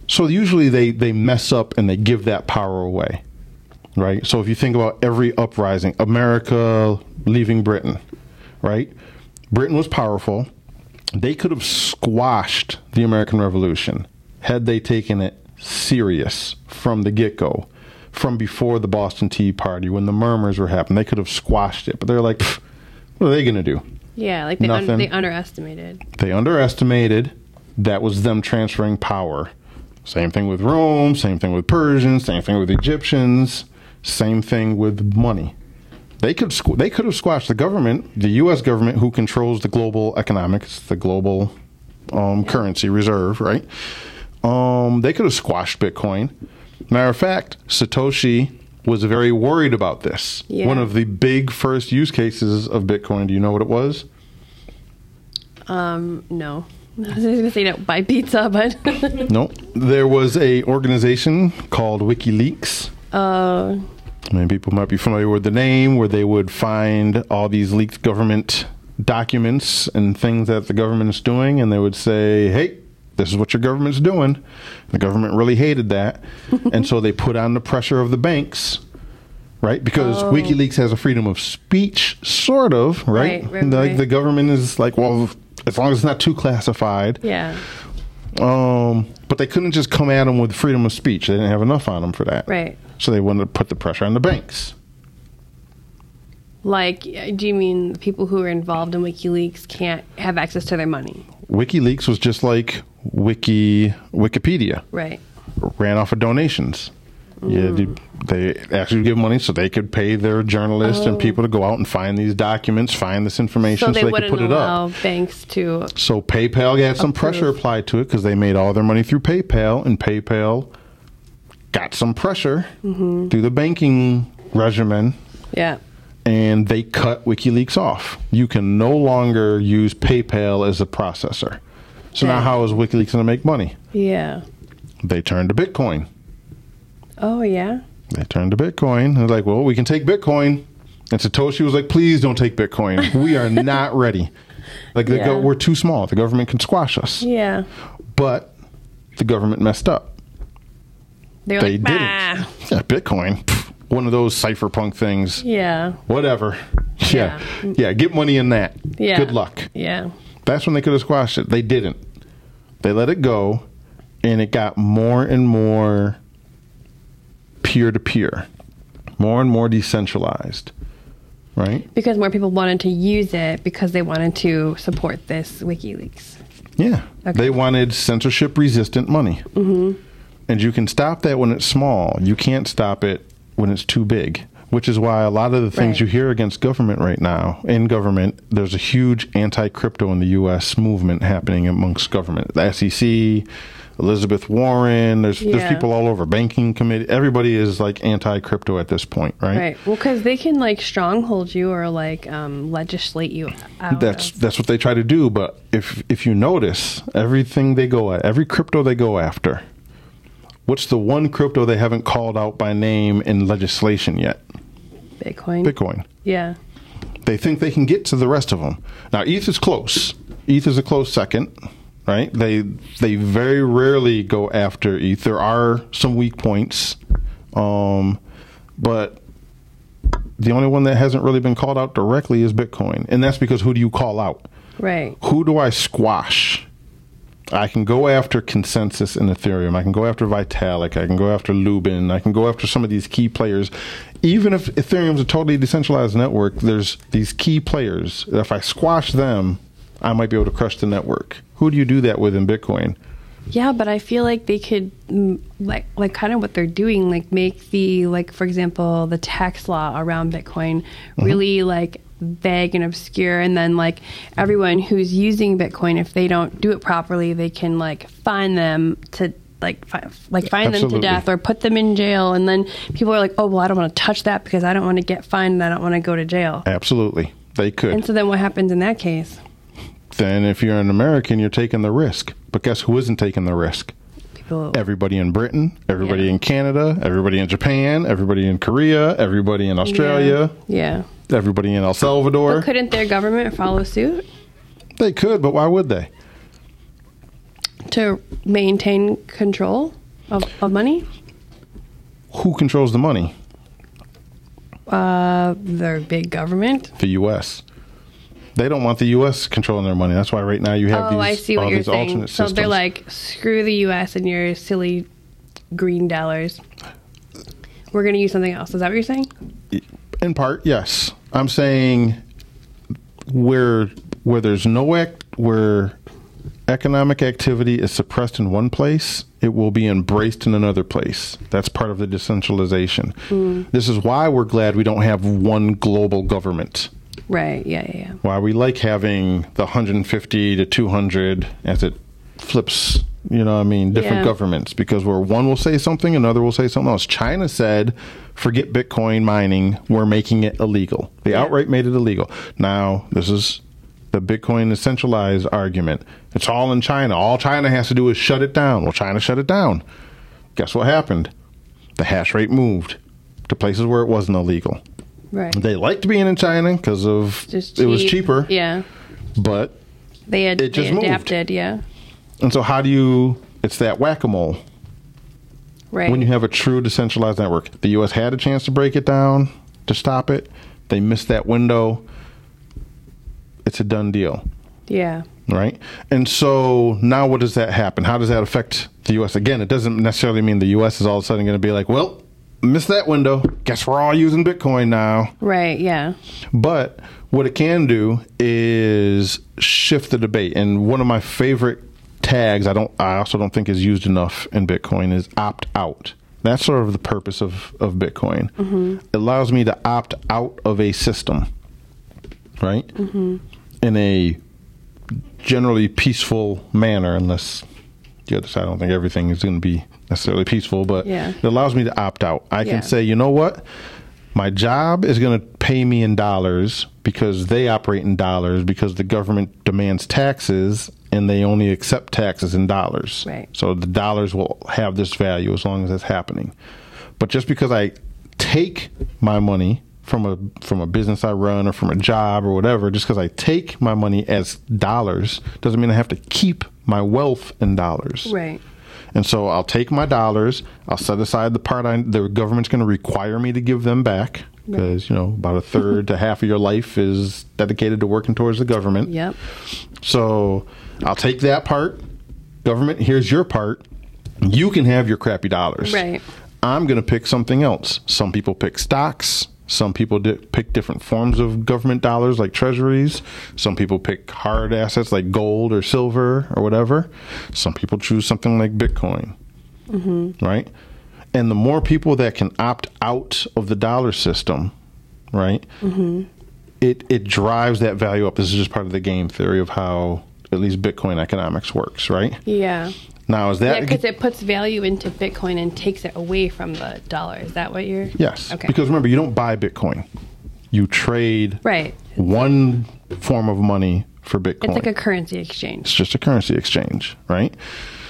Speaker 1: So usually they they mess up and they give that power away, right? So if you think about every uprising, America leaving Britain, right? Britain was powerful. They could have squashed the American Revolution had they taken it serious from the get go, from before the Boston Tea Party when the murmurs were happening. They could have squashed it, but they're like, "Pff, what are they going to do?
Speaker 2: Yeah. Like they un-
Speaker 1: Nothing.
Speaker 2: they underestimated.
Speaker 1: they underestimated that was them transferring power same thing with rome same thing with persians same thing with egyptians same thing with money they could squ- they could have squashed the government the us government who controls the global economics the global um, currency reserve right um, they could have squashed bitcoin matter of fact satoshi was very worried about this
Speaker 2: Yeah.
Speaker 1: one of the big first use cases of bitcoin do you know what it was
Speaker 2: Um. No. I was gonna say don't buy pizza, but Mm-hmm.
Speaker 1: No, there was a organization called WikiLeaks.
Speaker 2: uh,
Speaker 1: Many people might be familiar with the name, where they would find all these leaked government documents and things that the government's doing, and they would say, "Hey, this is what your government's doing." The government really hated that, and so they put on the pressure of the banks right? Because
Speaker 2: Oh.
Speaker 1: WikiLeaks has a freedom of speech, sort of, right?
Speaker 2: Right, right,
Speaker 1: like
Speaker 2: right.
Speaker 1: the government is like, well, as long as it's not too classified.
Speaker 2: Yeah.
Speaker 1: Um, but they couldn't just come at them with freedom of speech. They didn't have enough on them for that.
Speaker 2: Right.
Speaker 1: So they wanted to put the pressure on the banks.
Speaker 2: Like, do you mean the people who are involved in WikiLeaks can't have access to their money?
Speaker 1: WikiLeaks was just like Wiki Wikipedia,
Speaker 2: Right.
Speaker 1: ran off of donations. Yeah,
Speaker 2: Mm.
Speaker 1: they, they actually give money so they could pay their journalists and people to go out and find these documents, find this information,
Speaker 2: Oh.
Speaker 1: so
Speaker 2: So
Speaker 1: they,
Speaker 2: they
Speaker 1: could
Speaker 2: wouldn't
Speaker 1: put it up.
Speaker 2: allow banks to.
Speaker 1: So PayPal had some pressure
Speaker 2: Approve.
Speaker 1: applied to it because they made all their money through PayPal, and PayPal got some pressure
Speaker 2: Mm-hmm.
Speaker 1: through the banking regimen,
Speaker 2: Yeah.
Speaker 1: and they cut WikiLeaks off. You can no longer use PayPal as a processor. So now,
Speaker 2: Okay.
Speaker 1: how is WikiLeaks going to make money?
Speaker 2: Yeah.
Speaker 1: They turned to Bitcoin.
Speaker 2: Oh yeah.
Speaker 1: They turned to Bitcoin. They're like, well, we can take Bitcoin. And Satoshi was like, please don't take Bitcoin. We are not ready. Like, the
Speaker 2: Yeah.
Speaker 1: go- we're too small. The government can squash us.
Speaker 2: Yeah.
Speaker 1: But the government messed up.
Speaker 2: They're
Speaker 1: They
Speaker 2: like,
Speaker 1: didn't.
Speaker 2: "Bah."
Speaker 1: Yeah, Bitcoin. Pff, One of those cypherpunk things.
Speaker 2: Yeah.
Speaker 1: Whatever. Yeah. yeah. Get money in that.
Speaker 2: Yeah.
Speaker 1: Good luck.
Speaker 2: Yeah.
Speaker 1: That's when they could have squashed it. They didn't. They let it go, and it got more and more peer to peer, more and more decentralized. Right?
Speaker 2: Because more people wanted to use it because they wanted to support this WikiLeaks.
Speaker 1: Yeah.
Speaker 2: Okay.
Speaker 1: They wanted censorship resistant money. Mm-hmm. And you can stop that when it's small, you can't stop it when it's too big. Which is why a lot of the things
Speaker 2: Right.
Speaker 1: you hear against government right now, in government, there's a huge anti crypto in the US movement happening amongst government. The SEC, Elizabeth Warren, there's
Speaker 2: Yeah.
Speaker 1: there's people all over, banking committee, everybody is like anti crypto at this point, right?
Speaker 2: Right. Well, because they can like stronghold you or like um, legislate you out.
Speaker 1: That's
Speaker 2: of-
Speaker 1: that's what they try to do, but if if you notice, everything they go at, every crypto they go after, what's the one crypto they haven't called out by name in legislation yet?
Speaker 2: Bitcoin.
Speaker 1: Bitcoin.
Speaker 2: yeah.
Speaker 1: They think they can get to the rest of them. Now, ETH is close. ETH is a close second, right? They they very rarely go after ETH. There are some weak points, um, but the only one that hasn't really been called out directly is Bitcoin, and that's because who do you call out?
Speaker 2: Right.
Speaker 1: who do I squash? I can go after consensus in Ethereum. I can go after Vitalik. I can go after Lubin. I can go after some of these key players. Even if Ethereum's a totally decentralized network, there's these key players. If I squash them, I might be able to crush the network. Who do you do that with in Bitcoin?
Speaker 2: Yeah, but I feel like they could mm, like like kind of what they're doing, like make the like for example the tax law around Bitcoin
Speaker 1: Mm-hmm.
Speaker 2: really like vague and obscure, and then like everyone who's using Bitcoin, if they don't do it properly, they can like fine them to. Like, fi- like fine them
Speaker 1: Absolutely.
Speaker 2: to death or put them in jail, and then people are like, "Oh, well, I don't want to touch that because I don't want to get fined and I don't want to go to jail."
Speaker 1: Absolutely. They
Speaker 2: And
Speaker 1: could.
Speaker 2: so then, what happens in that case?
Speaker 1: Then, if you're an American, you're taking the risk. But guess who isn't taking the risk?
Speaker 2: People,
Speaker 1: everybody in Britain, everybody
Speaker 2: Yeah.
Speaker 1: in Canada, everybody in Japan, everybody in Korea, everybody in Australia,
Speaker 2: yeah.
Speaker 1: everybody in El Salvador.
Speaker 2: But couldn't their government follow suit?
Speaker 1: they could, but why would they?
Speaker 2: to maintain control of, of money?
Speaker 1: Who controls the money?
Speaker 2: Uh, their big government.
Speaker 1: The U.S. They don't want the U.S. controlling their money. That's why right now you have
Speaker 2: Oh,
Speaker 1: these,
Speaker 2: I see
Speaker 1: all
Speaker 2: what you're
Speaker 1: these
Speaker 2: saying.
Speaker 1: alternate
Speaker 2: So
Speaker 1: systems.
Speaker 2: they're like, screw the U.S. and your silly green dollars. We're going to use something else. Is that what you're saying?
Speaker 1: in part, yes. I'm saying where where there's no act where economic activity is suppressed in one place, it will be embraced in another place. That's part of the decentralization.
Speaker 2: Hmm.
Speaker 1: This is why we're glad we don't have one global government.
Speaker 2: Right. Yeah. Yeah. yeah.
Speaker 1: Why we like having the 150 to 200 as it flips, you know what I mean, different
Speaker 2: Yeah.
Speaker 1: governments because where one will say something, another will say something else. China said, forget Bitcoin mining, we're making it illegal. They
Speaker 2: Yeah.
Speaker 1: outright made it illegal. Now, this is the Bitcoin is centralized argument. It's all in China. All China has to do is shut it down. Well, China shut it down. Guess what happened? The hash rate moved to places where it wasn't illegal.
Speaker 2: Right.
Speaker 1: They liked being in China because of
Speaker 2: Just
Speaker 1: it was
Speaker 2: cheap.
Speaker 1: cheaper,
Speaker 2: Yeah.
Speaker 1: but
Speaker 2: They had
Speaker 1: It just
Speaker 2: they
Speaker 1: moved.
Speaker 2: adapted. Yeah.
Speaker 1: and so how do you? It's that whack a mole.
Speaker 2: Right.
Speaker 1: When you have a true decentralized network, the U.S. had a chance to break it down to stop it. They missed that window. It's a done deal
Speaker 2: yeah.
Speaker 1: right? And so now what does that happen? How does that affect the U.S.? Again, it doesn't necessarily mean the U.S. is all of a sudden going to be like, well, missed that window. Guess we're all using Bitcoin now.
Speaker 2: Right. Yeah.
Speaker 1: But what it can do is shift the debate. And one of my favorite tags I don't I also don't think is used enough in Bitcoin is opt out. That's sort of the purpose of, of Bitcoin.
Speaker 2: Mm-hmm.
Speaker 1: It allows me to opt out of a system, right?
Speaker 2: Mm-hmm.
Speaker 1: In a generally peaceful manner, unless the other side, I don't think everything is going to be necessarily peaceful, but
Speaker 2: Yeah.
Speaker 1: it allows me to opt out. I
Speaker 2: Yeah.
Speaker 1: can say, you know what? My job is going to pay me in dollars because they operate in dollars because the government demands taxes and they only accept taxes in dollars.
Speaker 2: Right.
Speaker 1: So the dollars will have this value as long as it's happening. But just because I take my money from a from a business I run or from a job or whatever, just because I take my money as dollars doesn't mean I have to keep my wealth in dollars.
Speaker 2: Right.
Speaker 1: And so I'll take my dollars, I'll set aside the part I, the government's going to require me to give them back because, you know, about a third to half of your life is dedicated to working towards the government.
Speaker 2: Yep.
Speaker 1: So I'll take that part. Government, here's your part. You can have your crappy dollars.
Speaker 2: Right.
Speaker 1: I'm going to pick something else. Some people pick stocks. Some people di- pick different forms of government dollars like treasuries. Some people pick hard assets like gold or silver or whatever. Some people choose something like Bitcoin. Right? And the more people that can opt out of the dollar system, right? it it drives that value up. This is just part of the game theory of how at least Bitcoin economics works, right?
Speaker 2: Yeah.
Speaker 1: Now is
Speaker 2: Yeah,
Speaker 1: that
Speaker 2: because it puts value into Bitcoin and takes it away from the dollar. Is that what you're?
Speaker 1: yes?
Speaker 2: Okay.
Speaker 1: Because remember, you don't buy Bitcoin; you trade
Speaker 2: right.
Speaker 1: one form of money for Bitcoin.
Speaker 2: It's like a currency exchange.
Speaker 1: It's just a currency exchange, right?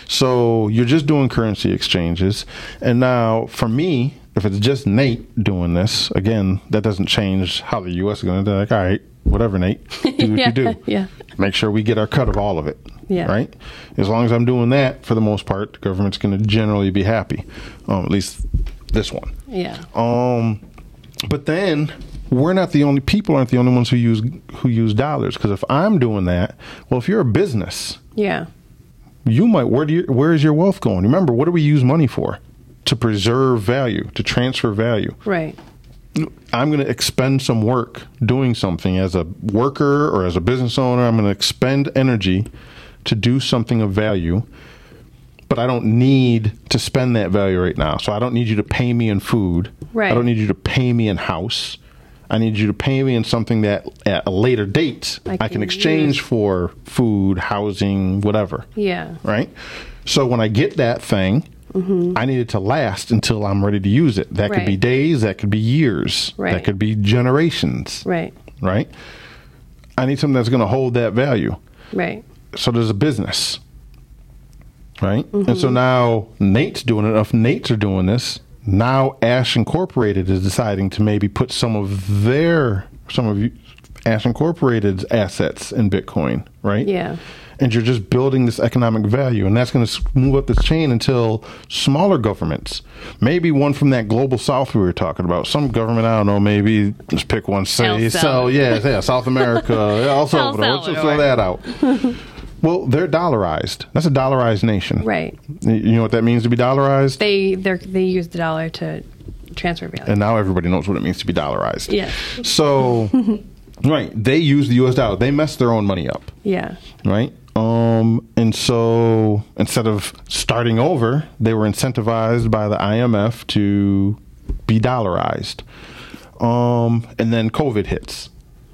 Speaker 1: So you're just doing currency exchanges. And now for me, if it's just Nate doing this, again, that doesn't change how the US is going to do. Like, all right, whatever, Nate, do what
Speaker 2: Yeah,
Speaker 1: you do.
Speaker 2: yeah.
Speaker 1: Make sure we get our cut of all of it.
Speaker 2: Yeah.
Speaker 1: Right? As long as I'm doing that, for the most part, the government's going to generally be happy. Um, at least this one.
Speaker 2: Yeah.
Speaker 1: Um, but then we're not the only people aren't the only ones who use who use dollars because if I'm doing that, well, if you're a business,
Speaker 2: Yeah.
Speaker 1: you might where do you, where is your wealth going? Remember, what do we use money for? To preserve value, to transfer value.
Speaker 2: Right.
Speaker 1: I'm going to expend some work doing something as a worker or as a business owner. I'm going to expend energy to do something of value, but I don't need to spend that value right now. So I don't need you to pay me in food.
Speaker 2: Right.
Speaker 1: I don't need you to pay me in house. I need you to pay me in something that at a later date I
Speaker 2: I
Speaker 1: can,
Speaker 2: can
Speaker 1: exchange for food, housing, whatever.
Speaker 2: Yeah.
Speaker 1: Right? So when I get that thing, I need it to last until I'm ready to use it. That could be
Speaker 2: Mm-hmm. Right.
Speaker 1: days, that could be years,
Speaker 2: Right.
Speaker 1: that could be generations,
Speaker 2: Right.
Speaker 1: right? I need something that's going to hold that value.
Speaker 2: Right.
Speaker 1: So there's a business, right? And so now Nate's doing it. If Nate's are doing this, now Ash Incorporated is deciding to maybe put some of their, some of you, Ash Incorporated's assets in Bitcoin, right?
Speaker 2: Yeah.
Speaker 1: and you're just building this economic value and that's going to move up this chain until smaller governments maybe one from that global south we were talking about some government i don't know maybe let's pick one say
Speaker 2: El
Speaker 1: so
Speaker 2: Salvador.
Speaker 1: yeah yeah south america el salvador let's just throw
Speaker 2: Salvador.
Speaker 1: that out well they're dollarized that's a dollarized nation
Speaker 2: Right.
Speaker 1: Y- you know what that means to be dollarized
Speaker 2: They they they use the dollar to transfer value.
Speaker 1: and now everybody knows what it means to be dollarized
Speaker 2: Yeah.
Speaker 1: so right they use the us dollar they mess their own money up
Speaker 2: yeah.
Speaker 1: right? Um, and so instead of starting over, they were incentivized by the IMF to be dollarized. Um, and then COVID hits.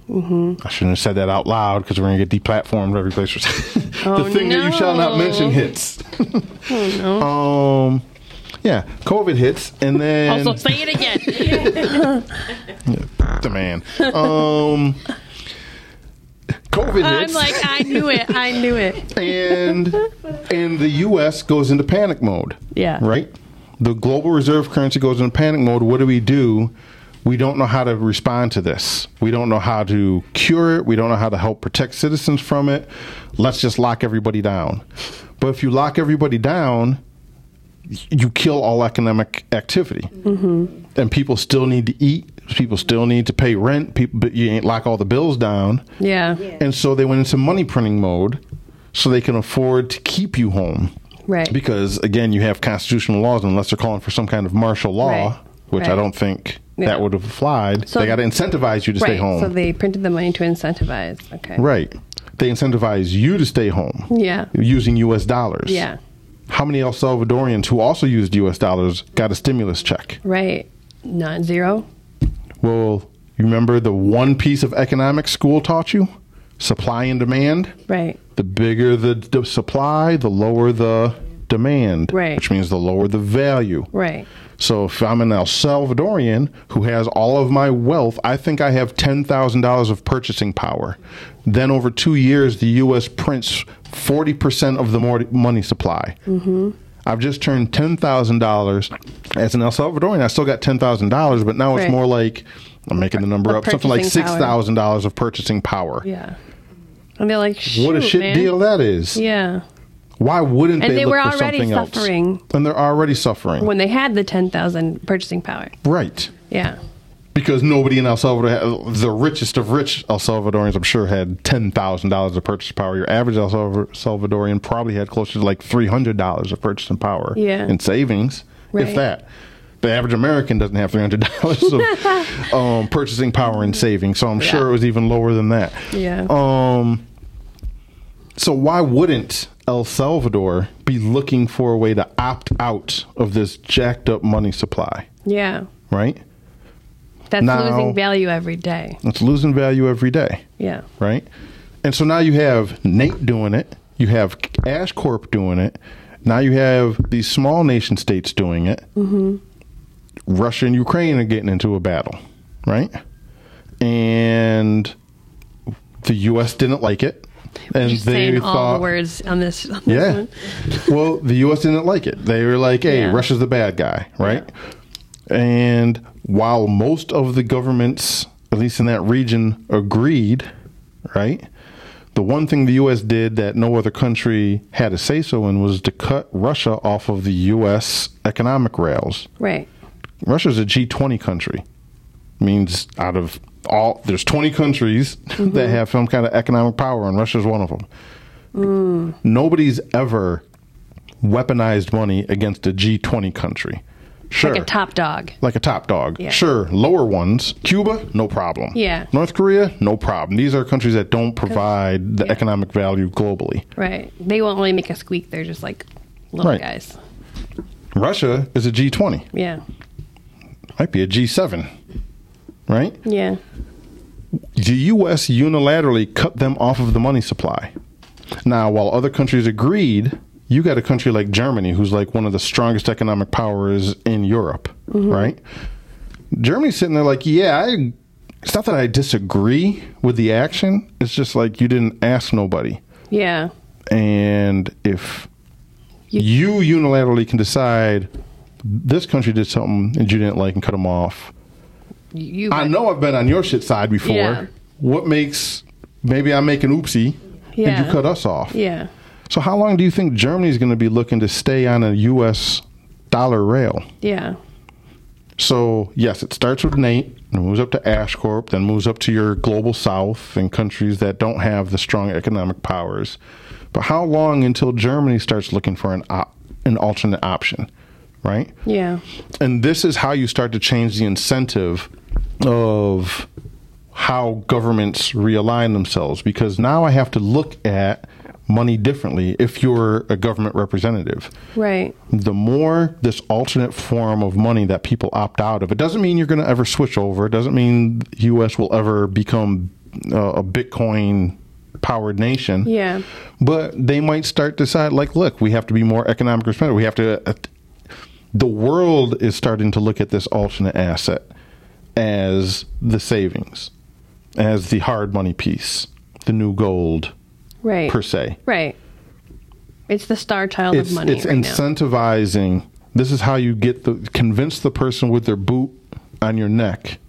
Speaker 2: Mm-hmm.
Speaker 1: I shouldn't have said that out loud because we're gonna get deplatformed every place. the
Speaker 2: Oh,
Speaker 1: thing that you shall not
Speaker 2: no. Oh,
Speaker 1: mention hits. Um, yeah, COVID hits, and then
Speaker 2: also, say it again.
Speaker 1: the man. Um, COVID
Speaker 2: I'm
Speaker 1: hits.
Speaker 2: like, I knew it. I knew it.
Speaker 1: and and the U.S. goes into panic mode.
Speaker 2: Yeah.
Speaker 1: Right. The global reserve currency goes into panic mode. What do we do? We don't know how to respond to this. We don't know how to cure it. We don't know how to help protect citizens from it. Let's just lock everybody down. But if you lock everybody down, you kill all economic activity, and people still need to eat. People still need to pay rent. People, but you ain't lock all the bills down.
Speaker 2: Yeah.
Speaker 1: And so they went into money printing mode so they can afford to keep you home.
Speaker 2: Right.
Speaker 1: Because, again, you have constitutional laws, unless they're calling for some kind of martial law,
Speaker 2: Right.
Speaker 1: which I
Speaker 2: Right.
Speaker 1: don't think
Speaker 2: Yeah.
Speaker 1: that would have applied.
Speaker 2: So-
Speaker 1: they got to incentivize you to stay
Speaker 2: right.
Speaker 1: home.
Speaker 2: So they printed the money to incentivize. Okay.
Speaker 1: right. They incentivize you to stay home
Speaker 2: Yeah.
Speaker 1: using U.S. dollars.
Speaker 2: Yeah.
Speaker 1: How many El Salvadorians who also used U.S. dollars got a stimulus check?
Speaker 2: Right. Not zero.
Speaker 1: Well, you remember the one piece of economics school taught you? Supply and demand.
Speaker 2: Right.
Speaker 1: the bigger the d- supply, the lower the demand,
Speaker 2: Right.
Speaker 1: which means the lower the value.
Speaker 2: Right.
Speaker 1: So if I'm an El Salvadorian who has all of my wealth, I think I have $10,000 of purchasing power. Then over 2 years the US prints 40% of the more money supply.
Speaker 2: Mm-hmm.
Speaker 1: Mhm. I've just turned $10,000 as an El Salvadorian. I still got $10,000, but now it's
Speaker 2: Right.
Speaker 1: more like I'm making the number
Speaker 2: The
Speaker 1: up, something like
Speaker 2: purchasing power.
Speaker 1: $6,000 of purchasing power.
Speaker 2: Yeah. And they're like, Shoot,
Speaker 1: What a shit
Speaker 2: man."
Speaker 1: deal that is.
Speaker 2: Yeah.
Speaker 1: Why wouldn't
Speaker 2: And
Speaker 1: they,
Speaker 2: they
Speaker 1: look
Speaker 2: were
Speaker 1: for
Speaker 2: already
Speaker 1: something
Speaker 2: suffering.
Speaker 1: else? And they're already suffering.
Speaker 2: When they had the ten thousand purchasing power.
Speaker 1: right.
Speaker 2: Yeah.
Speaker 1: Because nobody in El Salvador, had, the richest of rich El Salvadorians, I'm sure, had ten thousand dollars of purchasing power. Your average El Salvador- Salvadorian probably had closer to like three hundred dollars of purchasing power
Speaker 2: Yeah.
Speaker 1: in savings, if
Speaker 2: Right.
Speaker 1: that. The average American doesn't have three hundred dollars of um, purchasing power in savings, so I'm sure it was even lower than that.
Speaker 2: Yeah.
Speaker 1: Um, so why wouldn't El Salvador be looking for a way to opt out of this jacked up money supply,
Speaker 2: Yeah.
Speaker 1: right?
Speaker 2: That's
Speaker 1: Now-
Speaker 2: losing value every day.
Speaker 1: It's losing value every day,
Speaker 2: Yeah.
Speaker 1: right? And so now you have Nate doing it, you have Ash Corp doing it, now you have these small nation states doing it.
Speaker 2: Mm-hmm.
Speaker 1: Russia and Ukraine are getting into a battle, right? And the U.S. didn't like it, and
Speaker 2: Just
Speaker 1: they
Speaker 2: saying
Speaker 1: thought
Speaker 2: all the words on this. On this
Speaker 1: Yeah.
Speaker 2: one.
Speaker 1: well, the U.S. didn't like it. They were like, hey,
Speaker 2: Yeah.
Speaker 1: Russia's the bad guy, right? And while most of the governments, at least in that region, agreed, right? The one thing the U.S. did that no other country had a say so in was to cut Russia off of the U.S. economic rails.
Speaker 2: Right.
Speaker 1: Russia's a G20 country. Means out of all, there's 20 countries
Speaker 2: Mm-hmm.
Speaker 1: that have some kind of economic power, and Russia's one of them.
Speaker 2: Mm.
Speaker 1: Nobody's ever weaponized money against a G20 country. Sure.
Speaker 2: Like a top dog.
Speaker 1: Like a top dog.
Speaker 2: Yeah.
Speaker 1: Sure, lower ones. Cuba, no problem.
Speaker 2: Yeah.
Speaker 1: North Korea, no problem. These are countries that don't provide the
Speaker 2: yeah.
Speaker 1: economic value globally.
Speaker 2: Right. They won't really make a squeak. They're just like little
Speaker 1: Right.
Speaker 2: guys.
Speaker 1: Russia is a G20,
Speaker 2: Yeah.
Speaker 1: might be a G7, right?
Speaker 2: Yeah.
Speaker 1: the U.S. unilaterally cut them off of the money supply. Now, while other countries agreed, you got a country like Germany, who's like one of the strongest economic powers in Europe, right? Germany's sitting there like, yeah, I, it's not that I disagree with the action. It's just like you didn't ask nobody.
Speaker 2: Yeah.
Speaker 1: And if
Speaker 2: You-
Speaker 1: you, unilaterally can decide this country did something and you didn't like and cut them off,
Speaker 2: You.
Speaker 1: I know I've been on your shit side before.
Speaker 2: Yeah.
Speaker 1: What makes maybe I make an oopsie and
Speaker 2: Yeah.
Speaker 1: you cut us off?
Speaker 2: Yeah.
Speaker 1: So how long do you think Germany's going to be looking to stay on a U.S. dollar rail?
Speaker 2: Yeah.
Speaker 1: So yes, it starts with Nate and moves up to Ashcorp, then moves up to your global South and countries that don't have the strong economic powers. But how long until Germany starts looking for an op- an alternate option, right?
Speaker 2: Yeah.
Speaker 1: and this is how you start to change the incentive of how governments realign themselves because now I have to look at money differently if you're a government representative.
Speaker 2: Right.
Speaker 1: The more this alternate form of money that people opt out of, it doesn't mean you're going to ever switch over. It doesn't mean the U.S. will ever become uh, a Bitcoin powered nation
Speaker 2: Yeah.
Speaker 1: but they might start decide like look we have to be more economic responsible we have to uh, the world is starting to look at this alternate asset as the savings as the hard money piece the new gold
Speaker 2: Right.
Speaker 1: per se
Speaker 2: Right. It's the star child
Speaker 1: it's
Speaker 2: of money
Speaker 1: it's
Speaker 2: right now.
Speaker 1: incentivizing this is how you get the convince the person with their boot on your neck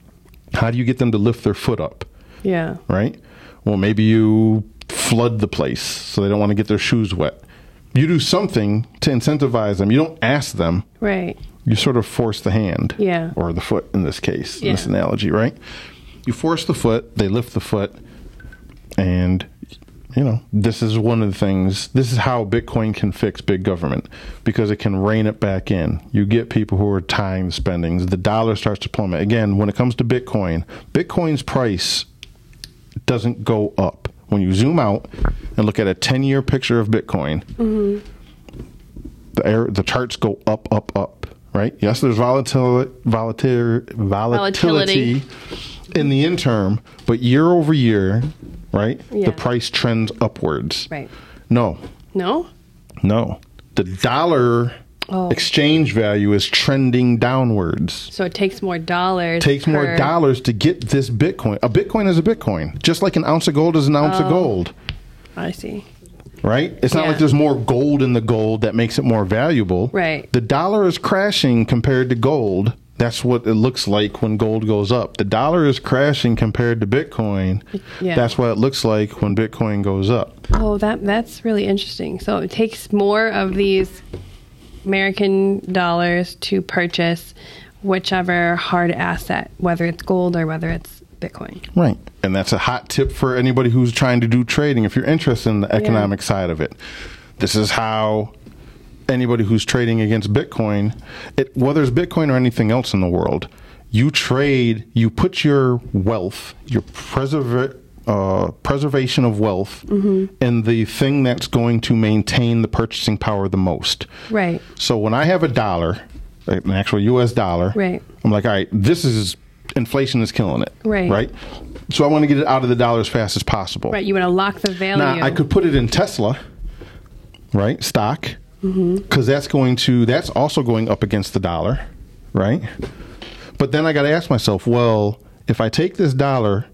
Speaker 1: how do you get them to lift their foot up
Speaker 2: Yeah.
Speaker 1: right? Well, maybe you flood the place so they don't want to get their shoes wet. you do something to incentivize them. You don't ask them.
Speaker 2: Right.
Speaker 1: You sort of force the hand.
Speaker 2: Yeah.
Speaker 1: Or the foot in this case, in this
Speaker 2: Yeah.
Speaker 1: analogy, right? You force the foot, they lift the foot, and you know, this is one of the things this is how Bitcoin can fix big government because it can rein it back in. You get people who are tying the spendings, the dollar starts to plummet. Again, when it comes to Bitcoin, Bitcoin's price doesn't go up. When you zoom out and look at a 10 year picture of Bitcoin, the air, the charts go up, up, up, right? Yes, there's volatil- volatil- volatility
Speaker 2: Volatility.
Speaker 1: in the interim, but year over year, right?
Speaker 2: Yeah.
Speaker 1: The price trends upwards.
Speaker 2: Right.
Speaker 1: No,
Speaker 2: No.
Speaker 1: no. The dollar
Speaker 2: Oh.
Speaker 1: exchange value is trending downwards
Speaker 2: So it takes more dollars.
Speaker 1: takes more
Speaker 2: per-
Speaker 1: dollars to get this Bitcoin. A Bitcoin is a Bitcoin, just like an ounce of gold is an ounce
Speaker 2: Oh.
Speaker 1: of gold,
Speaker 2: I see.
Speaker 1: right? It's not
Speaker 2: Yeah.
Speaker 1: like there's more gold in the gold that makes it more valuable.
Speaker 2: Right.
Speaker 1: The dollar is crashing compared to gold. That's what it looks like when gold goes up. The dollar is crashing compared to Bitcoin.
Speaker 2: Yeah.
Speaker 1: That's what it looks like when Bitcoin goes up.
Speaker 2: Oh, that that's really interesting. So it takes more of these American dollars to purchase whichever hard asset, whether it's gold or whether it's Bitcoin.
Speaker 1: Right. And that's a hot tip for anybody who's trying to do trading. If you're interested in the economic side of it, this is how anybody who's trading against Bitcoin, it, whether it's Bitcoin or anything else in the world, you trade, you put your wealth, your preserva- uh, preservation of wealth in the thing that's going to maintain the purchasing power the most.
Speaker 2: Right.
Speaker 1: So when I have a dollar, an actual U.S. dollar,
Speaker 2: Right.
Speaker 1: I'm like, all right, this is inflation is killing it,
Speaker 2: Right.
Speaker 1: Right. So I want to get it out of the dollar as fast as possible.
Speaker 2: Right. You want to lock the value.
Speaker 1: Now I could put it in Tesla, right? Stock, because
Speaker 2: Mm-hmm.
Speaker 1: that's going to that's also going up against the dollar, right? But then I got to ask myself, well, if I take this dollar.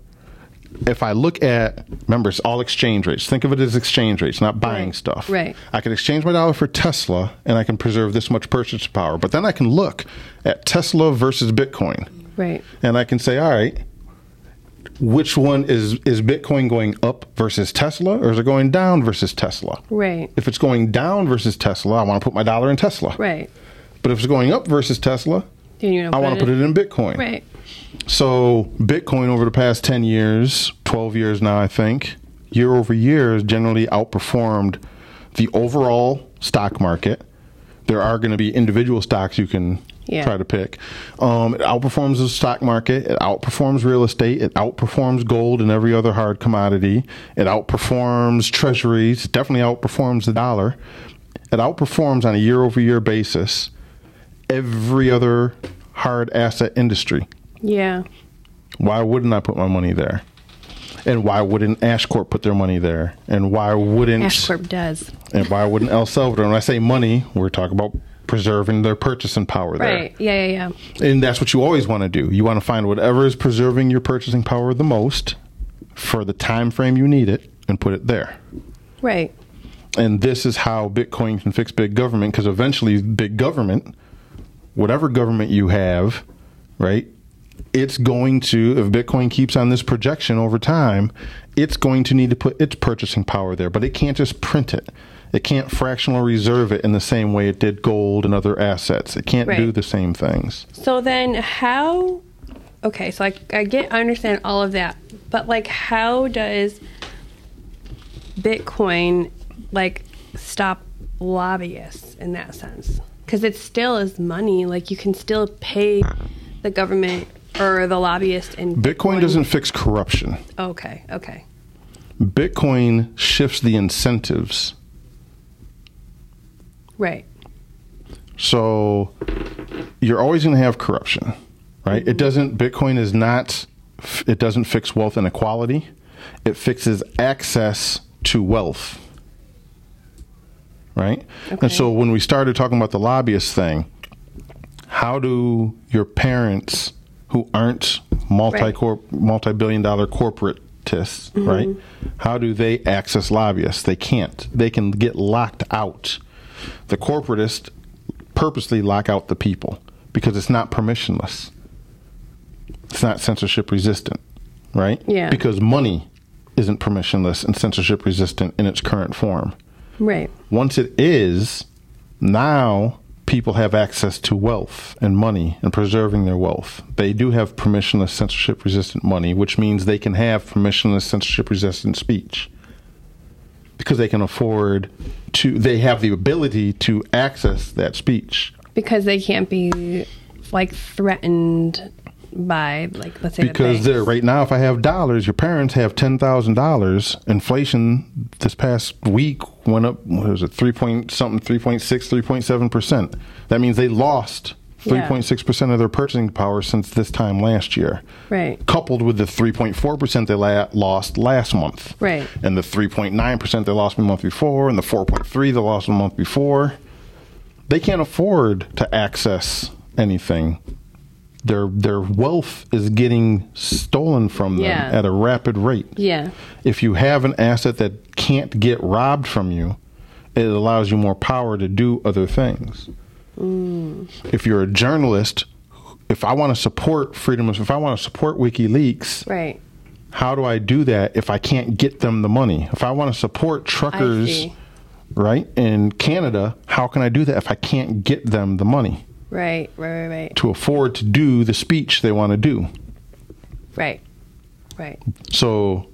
Speaker 1: If I look at, remember, it's all exchange rates. Think of it as exchange rates, not buying
Speaker 2: Right.
Speaker 1: stuff.
Speaker 2: Right.
Speaker 1: I can exchange my dollar for Tesla and I can preserve this much purchase power. But then I can look at Tesla versus Bitcoin
Speaker 2: right.
Speaker 1: and I can say, all right, which one is is Bitcoin going up versus Tesla, or is it going down versus Tesla?
Speaker 2: Right.
Speaker 1: If it's going down versus Tesla, I want to put my dollar in Tesla.
Speaker 2: Right.
Speaker 1: But if it's going up versus Tesla,
Speaker 2: Then you wanna
Speaker 1: I want to put it in Bitcoin.
Speaker 2: Right.
Speaker 1: So Bitcoin over the past ten years, twelve years now, I think, year over year, has generally outperformed the overall stock market. There are going to be individual stocks you can
Speaker 2: Yeah.
Speaker 1: try to pick. Um, it outperforms the stock market. It outperforms real estate. It outperforms gold and every other hard commodity. It outperforms treasuries. It definitely outperforms the dollar. It outperforms on a year over year basis every other hard asset industry.
Speaker 2: Yeah.
Speaker 1: Why wouldn't I put my money there? And why wouldn't Ashcorp put their money there? And why wouldn't
Speaker 2: Ashcorp does.
Speaker 1: and why wouldn't El Salvador? When I say money, we're talking about preserving their purchasing power
Speaker 2: Right. Yeah. Yeah. Yeah.
Speaker 1: there. And that's what you always want to do. You want to find whatever is preserving your purchasing power the most for the time frame you need it and put it there.
Speaker 2: Right.
Speaker 1: And this is how Bitcoin can fix big government because eventually, big government, whatever government you have, right, it's going to, if Bitcoin keeps on this projection over time, it's going to need to put its purchasing power there, but it can't just print it. It can't fractional reserve it in the same way it did gold and other assets. It can't do
Speaker 2: Right.
Speaker 1: the same things.
Speaker 2: So then, how? Okay, so I, I get I understand all of that, but like, how does Bitcoin like stop lobbyists in that sense? Because it still is money. Like you can still pay the government or the lobbyist in
Speaker 1: Bitcoin doesn't fix corruption.
Speaker 2: Okay, okay,
Speaker 1: Bitcoin shifts the incentives.
Speaker 2: right,
Speaker 1: So you're always going to have corruption, right? It doesn't, Bitcoin is not, it doesn't fix wealth inequality. It fixes access to wealth, right? And so when we started talking about the lobbyist thing, how do your parents who aren't multi corp multi billion dollar corporatists, right? How do they access lobbyists? They can't. They can get locked out. The corporatists purposely lock out the people because it's not permissionless. It's not censorship resistant, right?
Speaker 2: Yeah.
Speaker 1: Because money isn't permissionless and censorship resistant in its current form.
Speaker 2: Right.
Speaker 1: Once it is, now people have access to wealth and money and preserving their wealth. They do have permissionless censorship resistant money, which means they can have permissionless censorship resistant speech because they can afford to, they have the ability to access that speech.
Speaker 2: Because they can't be like threatened by like let's say the
Speaker 1: Because
Speaker 2: banks.
Speaker 1: they're right now, if I have dollars, your parents have ten thousand dollars. Inflation this past week went up. What was it? Three point something, three point six, three point seven percent. That means they lost three
Speaker 2: Yeah.
Speaker 1: point six percent of their purchasing power since this time last year.
Speaker 2: Right.
Speaker 1: Coupled with the three point four percent they la- lost last month.
Speaker 2: Right.
Speaker 1: And the three point nine percent they lost the month before, and the four point three they lost the month before. They can't afford to access anything their their wealth is getting stolen from them
Speaker 2: Yeah.
Speaker 1: at a rapid rate.
Speaker 2: Yeah.
Speaker 1: If you have an asset that can't get robbed from you, it allows you more power to do other things.
Speaker 2: Mm.
Speaker 1: If you're a journalist, if I want to support freedom, of- if I want to support WikiLeaks,
Speaker 2: Right.
Speaker 1: how do I do that if I can't get them the money? If I want to support truckers,
Speaker 2: see.
Speaker 1: right, in Canada, how can I do that if I can't get them the money
Speaker 2: Right. Right. Right. Right.
Speaker 1: to afford to do the speech they want to do?
Speaker 2: Right. Right.
Speaker 1: So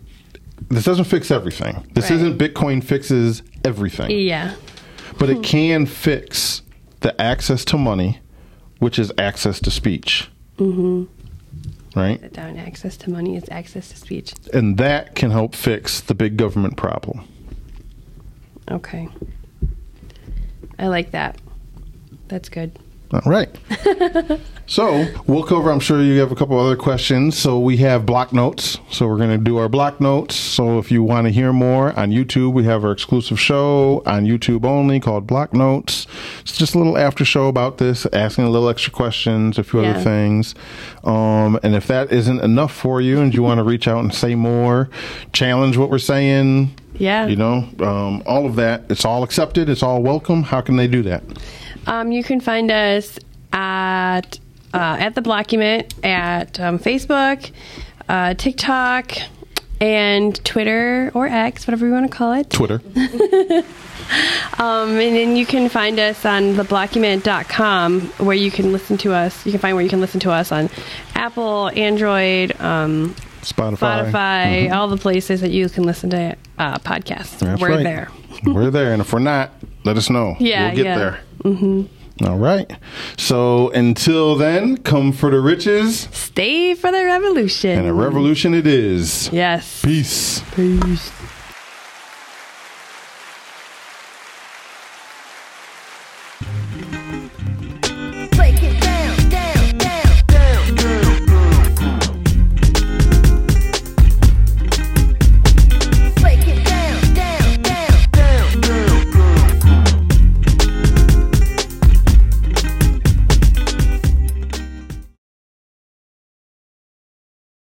Speaker 1: this doesn't fix everything. This
Speaker 2: Right.
Speaker 1: isn't Bitcoin fixes everything,
Speaker 2: Yeah.
Speaker 1: but it can fix the access to money, which is access to speech. Mm-hmm. Right?
Speaker 2: Down access to money is access to speech.
Speaker 1: And that can help fix the big government problem.
Speaker 2: Okay. I like that. That's good.
Speaker 1: All right. so we'll cover. I'm sure you have a couple other questions. So we have block notes. So we're going to do our block notes. So if you want to hear more on YouTube, we have our exclusive show on YouTube only called Block Notes. It's just a little after show about this, asking a little extra questions, a few other
Speaker 2: Yeah.
Speaker 1: things. Um, and if that isn't enough for you, and you want to reach out and say more, challenge what we're saying.
Speaker 2: Yeah.
Speaker 1: You know, um, all of that. It's all accepted. It's all welcome. How can they do that?
Speaker 2: Um, you can find us at uh, at the Blockument at um, Facebook, uh, TikTok, and Twitter or X, whatever you want to call it.
Speaker 1: Twitter.
Speaker 2: Um, and then you can find us on theblockument.com where you can listen to us. You can find where you can listen to us on Apple, Android, um, Spotify, all the places that you can listen to uh, podcasts.
Speaker 1: That's
Speaker 2: We're
Speaker 1: right.
Speaker 2: there.
Speaker 1: We're there, and if we're not, let us know.
Speaker 2: Yeah,
Speaker 1: we'll get
Speaker 2: yeah.
Speaker 1: there. Mm-hmm. right. So until then, come for the riches,
Speaker 2: Stay for the revolution.
Speaker 1: and a revolution it is.
Speaker 2: yes.
Speaker 1: Peace.
Speaker 2: Peace.